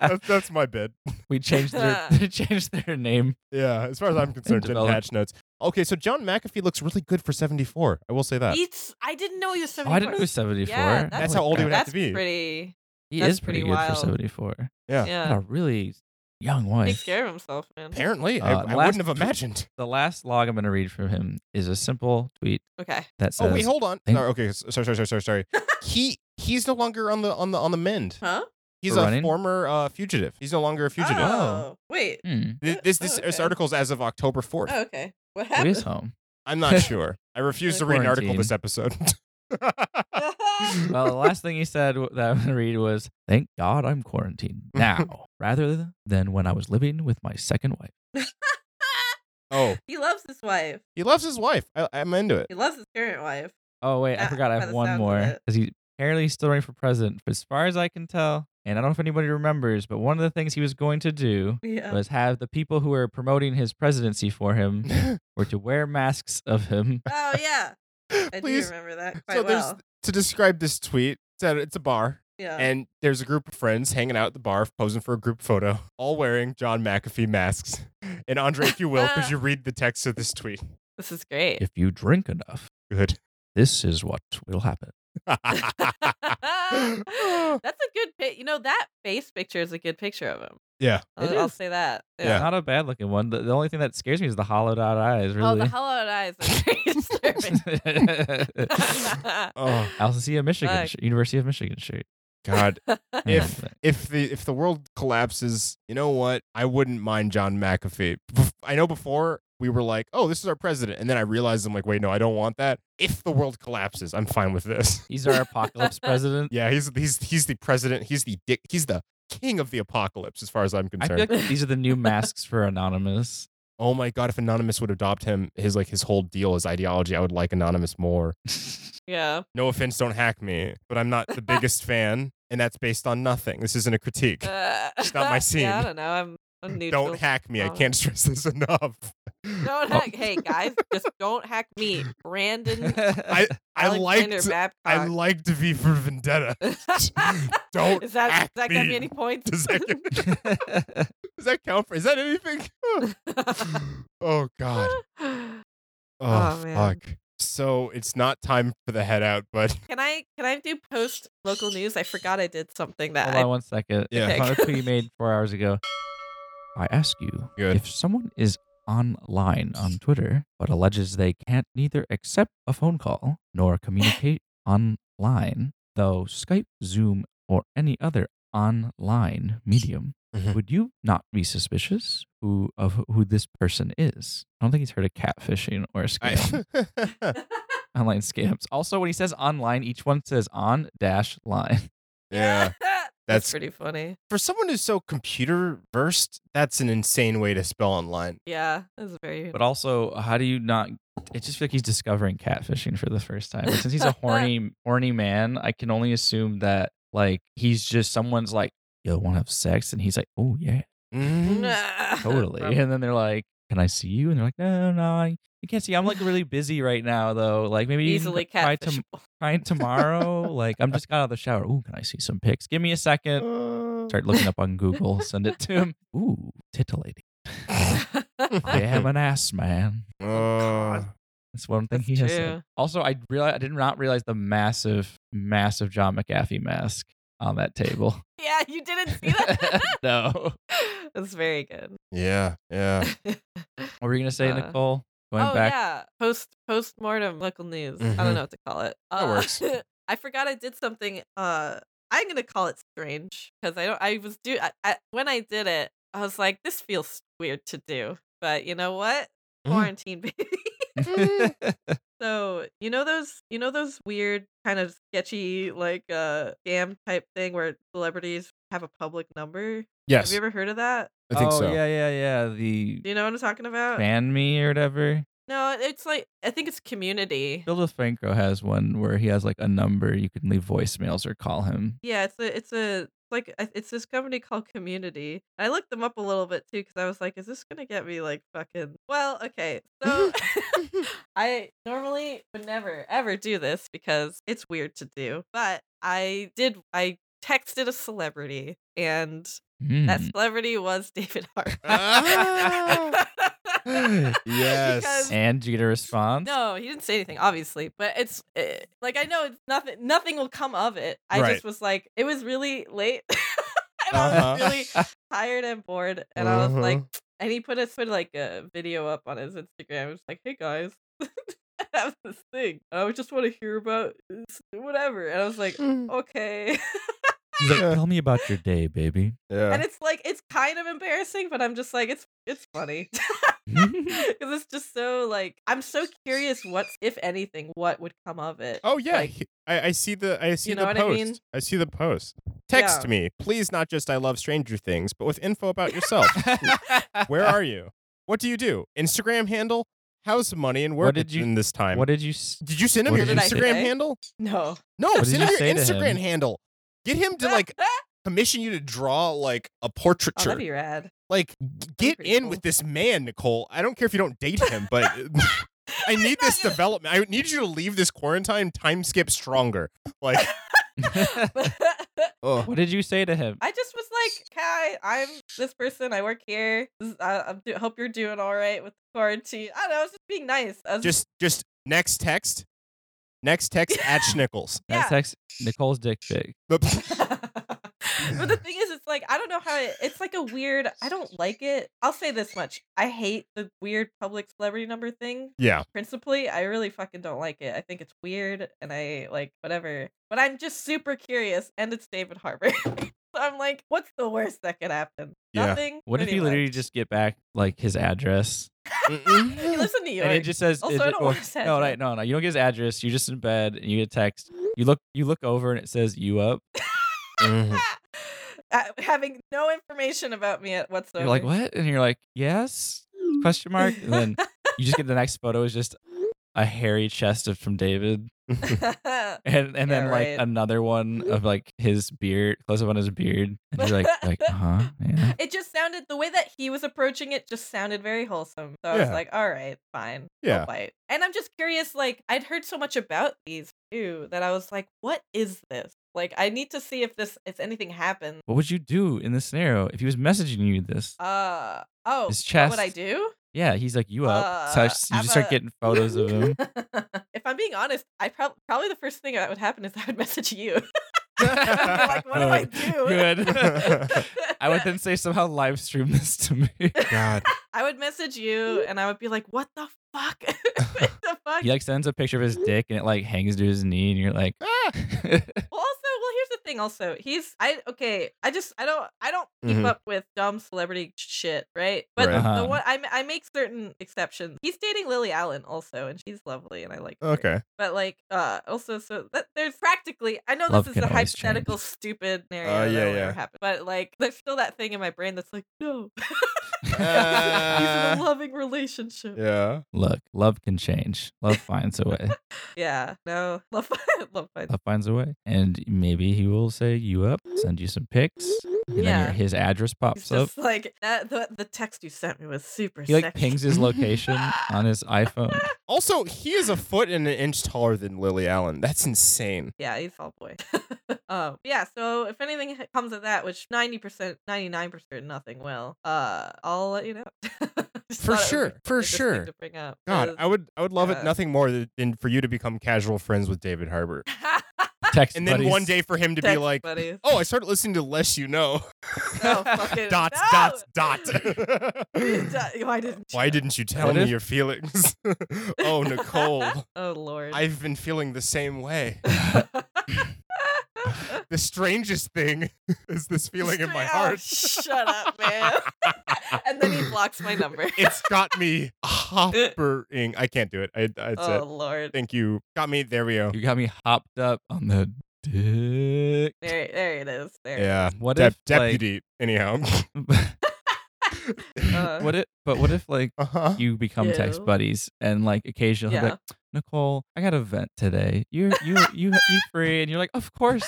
S1: that's, that's my bid.
S3: We changed their they changed their name.
S1: Yeah, as far as I'm concerned, Gen
S3: Develop-
S1: Patch Notes. Okay, so John McAfee looks really good for 74. I will say that.
S2: Eats. I didn't know he was
S3: Oh,
S2: 74.
S3: I didn't know he was 74.
S2: Yeah, that's-
S1: That's how old he would have
S2: That's
S1: to be.
S2: pretty.
S3: He
S2: That's
S3: is pretty,
S2: pretty
S3: good for
S2: wild.
S3: 74.
S1: yeah.
S2: Yeah.
S3: Got a really young
S2: Takes
S3: wife.
S2: care of himself, man.
S1: Apparently,
S3: Uh,
S1: I, I
S3: last-
S1: wouldn't have imagined.
S3: The last log I'm going to read from him is a simple tweet
S2: Okay.
S3: that says,
S1: oh wait, hold on.
S3: Thank-
S1: Sorry, okay, s- sorry, sorry, sorry, sorry, sorry. he he's no longer on the on the on the mend.
S2: Huh?
S1: He's
S3: For
S1: a
S3: running?
S1: former uh, fugitive. He's no longer a fugitive.
S2: Oh, wait.
S3: hmm,
S1: Th- This this,
S2: Oh,
S1: this
S2: okay.
S1: article's as of October 4th.
S2: Oh, okay. What
S3: who is
S2: happened?
S3: home?
S1: I'm not sure. I refuse to read an article
S3: Quarantine.
S1: this episode.
S3: Well, the last thing he said w- that I'm going to read was, Thank God I'm quarantined now, rather than when I was living with my second wife.
S1: oh,
S2: he loves his wife.
S1: he loves his wife. I, I'm into it.
S2: He loves his current wife.
S3: Oh wait, I
S2: Uh,
S3: forgot. I
S2: by
S3: have
S2: the
S3: one
S2: sounds of
S3: more
S2: it.
S3: because he apparently he's still running for president. But as far as I can tell, and I don't know if anybody remembers, but one of the things he was going to do
S2: Yeah.
S3: was have the people who were promoting his presidency for him were to wear masks of him.
S2: Oh, yeah. I
S1: Please.
S2: do remember that quite
S1: So there's
S2: well.
S1: to describe this tweet. It's at it's a bar,
S2: Yeah.
S1: and there's a group of friends hanging out at the bar, posing for a group photo, all wearing John McAfee masks. And Andre, if you will, could you read the text of this tweet?
S2: this is great.
S3: If you drink enough,
S1: Good.
S3: this is what will happen.
S2: That's a good pic. You know that face picture is a good picture of him.
S1: yeah.
S2: I'll,
S3: It
S2: I'll
S3: is.
S2: say that.
S1: Yeah.
S3: Not a bad looking one. The, the only thing that scares me is the hollowed out eyes.
S2: Oh, the
S3: Really.
S2: hollowed eyes are very disturbing.
S1: Oh
S3: I also see a Michigan,
S2: Fuck.
S3: sh- University of Michigan shirt.
S1: God. If
S3: Yeah.
S1: if the if the world collapses, you know what? I wouldn't mind John McAfee. Bef- I know before we were like, oh, this is our president, and then I realized I'm like, wait, no, I don't want that. If the world collapses, I'm fine with this.
S3: He's our apocalypse president.
S1: Yeah, he's he's he's the president. He's the dick. He's the king of the apocalypse, as far as I'm
S3: I
S1: concerned.
S3: feel like these are the new masks for Anonymous.
S1: oh my god, if Anonymous would adopt him, his like his whole deal, his ideology, I would like Anonymous more.
S2: yeah.
S1: No offense, don't hack me, but I'm not the biggest fan, and that's based on nothing. This isn't a critique.
S2: Uh,
S1: It's not my scene.
S2: Yeah, I don't know. I'm, I'm neutral.
S1: Don't hack me. I
S2: Um,
S1: can't stress this enough.
S2: Don't
S3: Oh.
S2: hack. Hey guys, just don't hack me, Brandon.
S1: I
S2: Alexander
S1: liked
S2: Babcock.
S1: I liked V for Vendetta. Don't
S2: is that
S1: hack
S2: is that
S1: me.
S2: gonna be any points?
S1: Does that, does that count for? Is that anything? oh God.
S2: oh,
S1: Oh,
S2: man.
S1: fuck. so it's not time for the head out, but
S2: Can I can I do post local news? I forgot I did something that
S3: Hold
S2: I
S3: on one second.
S1: Yeah.
S3: I found a tweet he made four hours ago. I ask you
S1: Good.
S3: if someone is online on Twitter but alleges they can't neither accept a phone call nor communicate online, though Skype, Zoom, or any other online medium,
S1: Mhm.
S3: would you not be suspicious who of who this person is? I don't think he's heard of catfishing or a scam.
S1: I,
S3: online scams. Also, when he says online, each one says on dash line.
S1: yeah.
S2: that's,
S1: That's-
S2: pretty funny.
S1: For someone who's so computer versed, that's an insane way to spell online.
S2: Yeah, that's very.
S3: But also, how do you not? It just feels like he's discovering catfishing for the first time. And since he's a horny, horny man, I can only assume that like he's just someone's like, "Yo, want to have sex?" and he's like, "Oh yeah,
S1: Mm-hmm.
S3: totally." and then they're like, "Can I see you?" and they're like, "No, no, no, I- you can't see. I'm like really busy right now, though. Like maybe you can
S2: easily
S3: try,
S2: catfish.
S3: to, try tomorrow. like I'm just got out of the shower. Ooh, can I see some pics? Give me a second.
S1: Uh,
S3: Start looking up on Google. Send it to him. Ooh, titillating. I am an ass man.
S1: Uh,
S3: That's one thing
S2: That's
S3: he has. said.
S2: true.
S3: Also, I realized I did not realize the massive, massive John McAfee mask on that table.
S2: yeah, you didn't see that.
S3: no.
S2: that's very good.
S1: yeah, yeah.
S3: What were you gonna say,
S2: Uh,
S3: Nicole? Going
S2: oh
S3: back. Mm-hmm.
S2: yeah, post post mortem local news. I
S1: Mhm.
S2: don't know what to call it. Uh,
S1: That works.
S2: I forgot I did something. Uh, I'm gonna call it strange because I don't. I was do I, I, when I did it. I was like, this feels weird to do, but you know what?
S1: Mhm.
S3: Mm-hmm.
S2: Quarantine, baby. So you know those you know those weird kind of sketchy like uh scam type thing where celebrities have a public number.
S1: yes,
S2: Have you ever heard of that?
S1: I think
S3: oh,
S1: so.
S3: yeah, yeah, yeah. The
S2: Do you know what I'm talking about?
S3: fan me or whatever.
S2: No, it's like I think it's community.
S3: Bill DeFranco has one where he has like a number you can leave voicemails or call him.
S2: Yeah, it's a it's a like I- it's this company called Community. I looked them up a little bit too because I was like, is this gonna get me like fucking? Well, okay, so I normally would never ever do this because it's weird to do, but I did. I texted a celebrity and that
S3: Mm.
S2: celebrity was David
S1: Ah.
S2: Hart.
S1: yes.
S2: Because-
S3: Hmm. And you get a response.
S2: No, he didn't say anything, obviously. But it's eh, like I know it's nothing. Nothing will come of it. I
S1: Right.
S2: just was like, it was really late, and I was
S1: Uh-huh. Mm-hmm.
S2: really tired and bored, and I was like, and he put a put like a video up on his Instagram. It was like, hey guys. I have this thing. I just want to hear about this, whatever. And I was like,
S1: Mm.
S2: okay.
S3: He's like, tell me about your day, baby.
S2: And
S1: yeah.
S2: it's like it's kind of embarrassing, but I'm just like, it's it's funny. because it's just so like I'm so curious what's if anything what would come of it.
S1: Oh yeah,
S2: Like-
S1: he- I, I see the I see
S2: You
S1: the
S2: know what I
S1: post.
S2: mean?
S1: I see the post. Text
S2: Yeah.
S1: me, please. Not just I love Stranger Things, but with info about yourself. Where are you? What do you do? Instagram handle? How's money and work
S3: did you-
S1: in this time?
S3: What did you? s-
S1: did you send him
S3: what
S1: your
S3: did you
S2: say?
S1: Instagram handle?
S2: No,
S1: No,
S3: What did
S1: send him
S3: you
S1: your
S3: say to him?
S1: Instagram handle. Get him to like commission you to draw like a
S2: oh,
S1: portraiture.
S2: that'd be rad.
S1: like get
S2: pretty
S1: in
S2: cool.
S1: with this man, Nicole. I don't care if you don't date him, but I need this development. I need you to leave this quarantine time skip stronger. Like
S3: What did you say to him?
S2: I just was like, "Hi, I'm this person. I work here. This is- I I'm do- hope you're doing all right with quarantine." I don't know. I was just being nice. I was
S1: just just next text. Next text at Schnickels.
S3: I
S2: yeah.
S3: text Nicole's dick pic.
S2: but the thing is, it's like I don't know how it. It's like a weird. I don't like it. I'll say this much: I hate the weird public celebrity number thing.
S1: Yeah.
S2: principally i really fucking don't like it i think it's weird and i like whatever but i'm just super curious and it's david harbor so i'm like what's the worst that could happen
S1: Yeah.
S2: nothing
S3: What if
S2: pretty
S3: you literally
S2: much.
S3: just get back like his address
S2: he lives in new york
S3: and it just says
S2: Also,
S3: it-
S2: I don't
S3: or-
S2: want his
S3: no, right,
S2: address.
S3: no, no. You don't get his address. You're just in bed and you get a text. You look, you look over and it says you up.
S1: Mhm.
S2: Uh, having no information about me at whatsoever
S3: You're like what? And you're like yes? Question mark. And then you just get the next photo is just a hairy chest of from David, and and then
S2: Yeah,
S3: like
S2: right.
S3: another one of like his beard, close up on his beard, and you're like like uh huh. Yeah.
S2: it just sounded the way that he was approaching it just sounded very wholesome so i was
S1: Yeah.
S2: like all right fine
S1: Yeah.
S2: bite. And I'm just curious, like, I'd heard so much about these too that I was like, what is this? Like, I need to see if this, if anything happened.
S3: What would you do in this scenario if he was messaging you this?
S2: Uh, oh,
S3: His
S2: what would I
S3: chest.
S2: do?
S3: Yeah, he's like you up.
S2: Uh,
S3: so I s- you
S2: have
S3: just start
S2: a-
S3: getting photos of him.
S2: if I'm being honest, I prob- probably the first thing that would happen is I would message you. like, what do I do?
S3: Good. I would then say somehow live stream this to me.
S1: God.
S2: I would message you and I would be like, what the fuck? what the fuck?
S3: He like sends a picture of his dick and it like hangs to his knee, and you're like, ah.
S2: Well, also, well, here's the thing. Also, he's I okay. I just I don't I don't keep
S1: Mhm.
S2: up with dumb celebrity shit, right? But
S1: Right.
S3: Uh-huh.
S2: the one I I make certain exceptions. He's dating Lily Allen also, and she's lovely, and I like. her.
S1: Okay.
S2: But like, uh, also, so that there's practically I know
S3: Love
S2: this is
S3: can
S2: a
S3: always
S2: hypothetical stupid scenario
S1: Uh, yeah,
S2: that will
S1: yeah.
S2: never happen. But like, there's still that thing in my brain that's like, no, he's in
S1: Uh,
S2: a loving relationship. Yeah,
S1: yeah.
S3: Look, love can change. Love finds a way.
S2: no, love, love, fine.
S3: Love finds a way. And maybe he will say you up, send you some pics, and then
S2: Yeah.
S3: your, his address
S2: He's
S3: pops up.
S2: just like that. The, the text you sent me was super.
S3: He like
S2: sexy.
S3: pings his location on his iPhone.
S1: Also, he is a foot and an inch taller than Lily Allen. That's insane.
S2: Yeah, he's all boy. um, yeah. So if anything h- comes of that, which ninety percent, ninety nine percent, nothing will. Uh, I'll let you know. Just
S1: For
S2: thought it was
S1: sure,
S2: a-
S1: for
S2: a good thing
S1: sure.
S2: To bring up.
S1: God, I would I would love
S2: uh,
S1: it nothing more th- than for you to become casual friends with David Harbour.
S3: Text
S1: And then
S3: buddies.
S1: one day for him to be
S2: Text
S1: like,
S2: buddies.
S1: "Oh, I started listening to Less You Know."
S2: No, oh, fucking-
S1: dots,
S2: no!
S1: dots, dots,
S2: Why didn't?
S1: Why
S2: you?
S1: didn't you tell
S3: What
S1: me
S3: if-
S1: your feelings? oh, Nicole,
S2: Oh lord.
S1: I've been feeling the same way. The strangest thing is this feeling in my
S2: Straight- oh,
S1: heart.
S2: shut up, man. and then he blocks my number.
S1: it's got me hoppering. I can't do it. I, that's it.
S2: oh lord.
S1: Thank you. Got me. There we go.
S3: You got me hopped up on the dick.
S2: There, there it is. There.
S1: Yeah.
S3: What
S1: Dep-
S3: if like,
S1: deputy. Anyhow.
S2: Uh,
S3: what it? But what if like
S1: Uh-huh.
S3: you become text
S2: Ew.
S3: buddies and like occasionally he'll be
S2: Yeah.
S3: like Nicole, I got a vent today. You you you you free? And you're like, of course,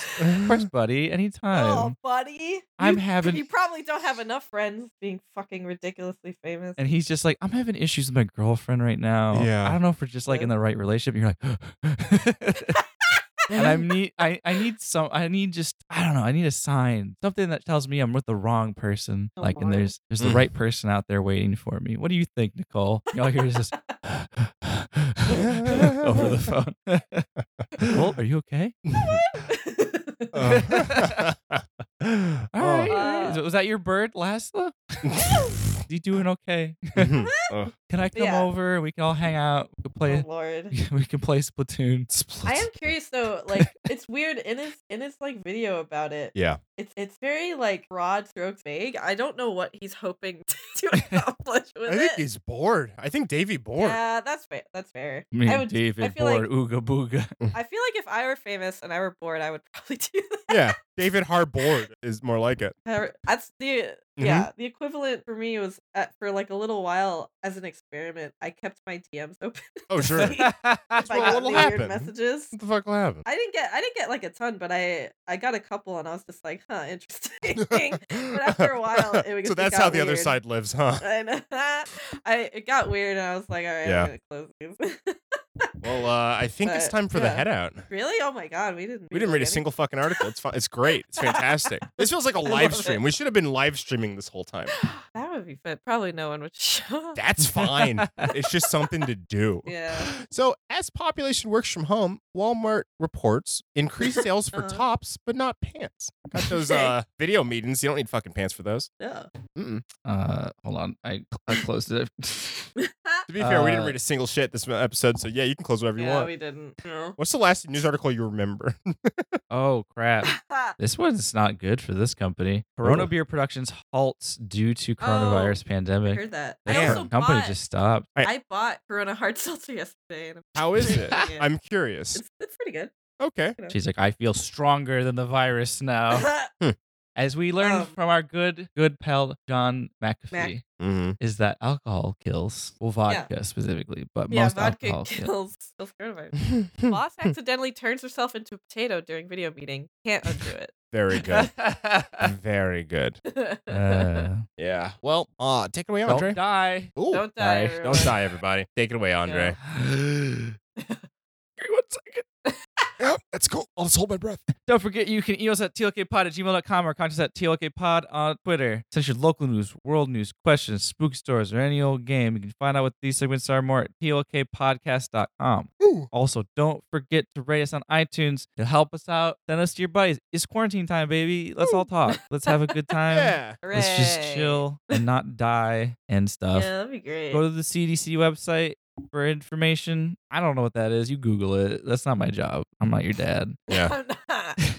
S3: of course, buddy,
S2: Oh,
S3: anytime.
S2: buddy.
S3: I'm
S2: You-
S3: having-
S2: You probably don't have enough friends being fucking ridiculously famous.
S3: And he's just like, I'm having issues with my girlfriend right now.
S1: Yeah.
S3: I don't know if we're just like in the right relationship. And you're like, and I need, I, I need some, I need just, I don't know, I need a sign, something that tells me I'm with the wrong person.
S2: Oh,
S3: like, and
S2: Lord.
S3: there's, there's the
S1: Mm.
S3: right person out there waiting for me. What do you think, Nicole? And all I hear is this over the phone. Nicole, are you okay?
S1: Oh.
S2: Oh,
S3: All right. all right.
S2: Uh,
S3: was that your bird, Laszlo? you doing okay?
S1: Oh.
S3: Can I come
S2: Yeah.
S3: over? We can all hang out. We can
S2: oh,
S3: play.
S2: Lord.
S3: we can play Splatoon.
S2: I am curious though, like it's weird in his in his like video about it.
S1: Yeah.
S2: It's it's very like broad strokes vague. I don't know what he's hoping to accomplish with
S1: I think
S2: it.
S1: he's bored. I think Davey bored.
S2: Yeah, that's fair. That's fair.
S3: Me
S2: I
S3: and
S2: would. I
S3: David
S2: feel like-
S3: board Ooga Booga.
S2: I feel like if I were famous and I were bored, I would probably do that.
S1: Yeah, David Harbour is more like it.
S2: However, That's the
S1: Mm-hmm.
S2: yeah. The equivalent for me was uh for like a little while as an experiment. I kept my DMs open.
S1: Oh sure.
S2: That's
S1: what
S2: if I
S1: what
S2: got
S1: will
S2: weird
S1: happen.
S2: messages.
S1: the fuck will happen?
S2: I didn't get I didn't get like a ton, but I I got a couple, and I was just like, huh, interesting. but after a while, it would
S1: so
S2: get-
S1: that's
S2: got
S1: how the other
S2: weird.
S1: side lives, huh?
S2: and I it got weird, and I was like, all right,
S1: Yeah.
S2: I'm gonna close these.
S1: Well, uh, I think it's
S2: But,
S1: time for the
S2: yeah.
S1: head out.
S2: really? Oh my god, we didn't
S1: We didn't read a
S2: like, any-
S1: single fucking article. It's fine. It's great. It's fantastic. This feels like a
S2: love
S1: live
S2: it.
S1: stream. We should have been live streaming this whole time.
S2: That would be fun. Probably no one would show. up.
S1: That's fine. it's just something to do.
S2: yeah.
S1: So, as population works from home, Walmart reports increased sales for
S2: Uh-huh.
S1: tops, but not pants. Got those
S2: Okay.
S1: uh, video meetings. You don't need fucking pants for those.
S2: No.
S3: Uh, hold on. I I closed it.
S1: To be fair, we didn't
S3: Uh,
S1: read a single shit this episode. So, yeah, you can close whatever you
S2: Yeah,
S1: want.
S2: we didn't. No.
S1: What's the last news article you remember?
S3: oh crap. This one's not good for this company. Corona
S1: Ooh.
S3: Beer Productions halts due to
S2: Oh,
S3: coronavirus
S2: I
S3: pandemic.
S2: heard that.
S3: This
S2: I
S1: Damn.
S2: also
S3: fucking company
S2: bought,
S3: just stopped.
S1: I-
S2: I bought Corona Hard Seltzer yesterday, and
S1: How is it?
S2: Yeah.
S1: I'm curious.
S2: it's, it's pretty good.
S1: Okay.
S3: She's oh, like, I feel stronger than the virus now. As we learned
S2: Um,
S3: from our good good pal John McAfee,
S1: Mm-hmm.
S3: is that alcohol kills. Well, vodka specifically, but
S2: yeah,
S3: most
S2: vodka
S3: alcohol kills.
S2: kills, kills coronavirus. Boss accidentally turns herself into a potato during video meeting. Can't undo it.
S1: Very good. Very good.
S3: Uh, oh,
S1: Yeah. Well, uh, take it away, Andre.
S3: don't die.
S1: Ooh.
S2: Don't die.
S3: Sorry.
S2: everyone.
S1: Don't die, everybody. Take it away, Andre. Give me one second. yeah, that's cool. I'll let's hold my breath.
S3: Don't forget you can email us at tlkpod at gmail.com or contact us at tlkpod on Twitter. Send your local news, world news, questions, spooky stories, or any old game. You can find out what these segments are more at tlkpodcast.com. Also, don't forget to rate us on iTunes to help us out. Send us to your buddies. It's quarantine time, baby. Let's all talk. Let's have a good time.
S1: Yeah.
S3: Let's just
S2: Hooray.
S3: chill and not die and
S2: Yeah,
S3: stuff.
S2: that'd be great.
S3: Go to the CDC website for information. I don't know what that is. You Google it. That's not my job. I'm not your dad.
S1: Yeah.
S2: I'm not.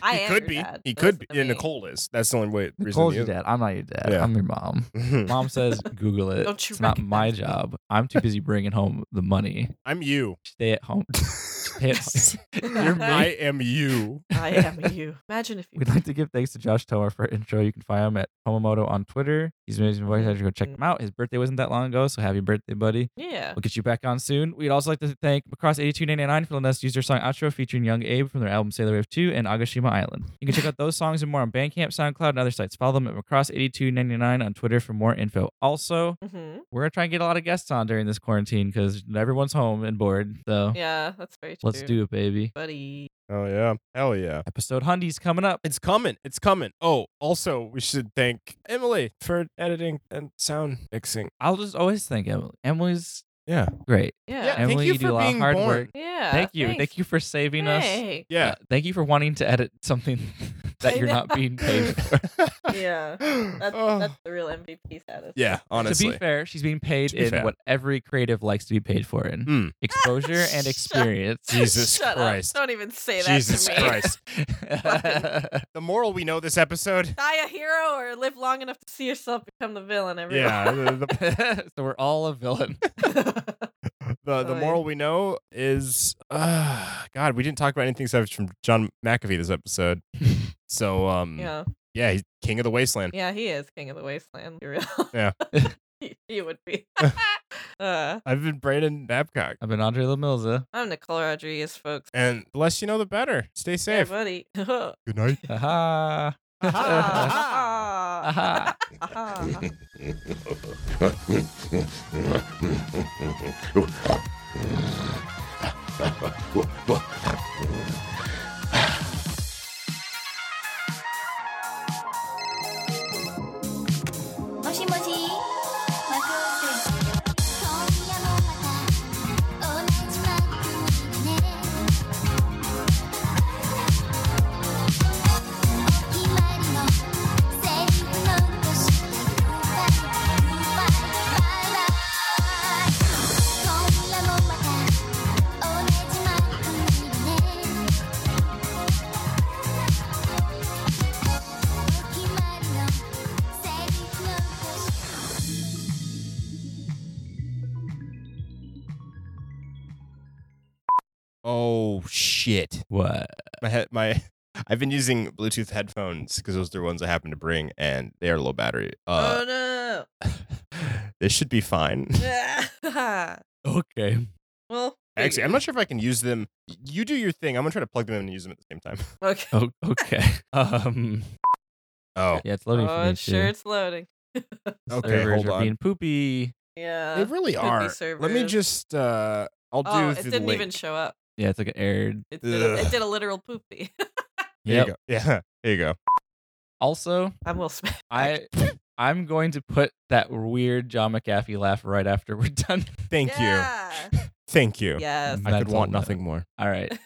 S2: I
S1: he
S2: am
S1: could
S2: your
S1: be.
S2: dad.
S1: He
S2: Don't
S1: could be.
S2: listen to
S1: Yeah,
S2: me.
S1: Nicole is. That's the only way.
S3: Nicole's your dad. I'm not your dad.
S1: Yeah.
S3: I'm your mom.
S1: dad.
S3: Mom says, Google it.
S2: Don't you
S3: it's not my
S2: recognize me?
S3: job. I'm too busy bringing home the money.
S1: I'm you.
S3: Stay at home. Stay at home. You're me.
S1: I am you.
S2: I am you. Imagine if you.
S3: We'd like to give thanks to Josh Tower for our intro. You can find him at Tomomoto on Twitter. He's an amazing voice actor. Go
S2: Mm.
S3: check him out. His birthday wasn't that long ago, so happy birthday, buddy.
S2: yeah.
S3: We'll get you back on soon. We'd also like to thank Macross8299 for letting us use their song outro featuring Young Abe from their album Sailor Wave 2 and Agashima Island. You can check out those songs and more on Bandcamp, SoundCloud, and other sites. Follow them at Macross8299 on Twitter for more info. Also,
S2: hmm
S3: we're going to try and get a lot of guests on during this quarantine because everyone's home and bored. So
S2: Yeah, that's very true.
S3: Oh. let's do it, baby.
S2: buddy.
S1: Oh yeah. Hell yeah.
S3: Episode Hundy's coming up.
S1: It's coming. It's coming. Oh, also, we should thank Emily for editing and sound mixing.
S3: I'll just always thank Emily. Emily's
S1: Yeah.
S3: great.
S2: Yeah.
S1: Yeah.
S2: Yeah.
S1: thank
S3: Emily,
S1: you
S3: do
S1: for
S3: a lot of
S1: being
S3: hard
S1: born.
S3: work.
S2: yeah
S3: thank you.
S2: thanks.
S3: Thank you for saving us.
S2: Hey.
S1: Yeah.
S3: Uh, thank you for wanting to edit something that
S2: I
S3: you're not
S2: know.
S3: being paid for.
S2: Yeah. That's,
S1: Oh.
S2: that's the real MVP status.
S1: yeah. Honestly.
S3: To be fair, she's being paid
S1: To be
S3: in
S1: fair.
S3: what every creative likes to be paid for in
S1: Mm.
S3: exposure and
S2: Shut-
S3: experience.
S1: Jesus
S2: Shut
S1: Christ.
S2: Up. Don't even say that
S1: Jesus
S2: to me.
S1: Christ. the moral we know this episode.
S2: Die a hero or live long enough to see yourself become the villain. Everyone.
S1: Yeah. The, the,
S3: so we're all a villain.
S1: the, the
S2: Sorry.
S1: moral we know is uh, God, we didn't talk about anything savage from John McAfee this episode. So um yeah,
S2: Yeah.
S1: he's king of the wasteland.
S2: Yeah, he is king of the wasteland. You're real.
S1: Yeah.
S2: he, he would be. uh,
S1: I've been Brandon Babcock.
S3: I've been Andre Lamilza.
S2: I'm Nicole Rodriguez, folks.
S1: And the less you know the better. Stay
S2: Yeah,
S1: safe.
S2: buddy. Ah, Aha.
S1: Good night.
S3: Aha.
S2: Aha.
S3: Aha.
S2: Aha.
S6: 「もしもしマクロスですよ」「今夜もまた同じマックにね」「ひまりのセリフのとしてグーバイグーバイバイ」「今夜もまた同じマックにね」「ひまりのセリフのとして」
S1: Oh shit.
S3: What?
S1: My head my I've been using Bluetooth headphones because those are the ones I happen to bring and they are low battery. Uh
S2: oh
S1: this should be fine.
S2: no.
S3: Okay.
S2: well.
S1: Actually, I'm not sure if I can use them. You do your thing. I'm gonna try to plug them in and use them at the same time.
S2: Okay.
S3: O- okay. Um.
S1: Oh.
S3: Yeah, it's loading for
S2: Oh,
S3: me
S2: it's sure,
S3: too.
S2: it's loading.
S1: Okay,
S3: Servers
S1: hold
S3: are
S1: on.
S3: being poopy.
S2: Yeah.
S1: They really
S2: Uh, could be
S1: are. Let me
S2: servers.
S1: just uh I'll do
S2: oh, it
S1: through the
S2: didn't
S1: link.
S2: even show up.
S3: Yeah, it's like an aired.
S2: It did, a,
S1: Ugh.
S2: it did a literal poopy.
S1: There
S3: Yep.
S1: you go. Yeah. There you go.
S3: Also,
S2: I'm Will Smith.
S3: I I'm going to put that weird John McAfee laugh right after we're done.
S1: Thank you.
S2: yeah.
S1: Thank you.
S2: Yes.
S1: I could
S3: That's all
S1: want
S3: that-
S1: nothing more.
S3: All right.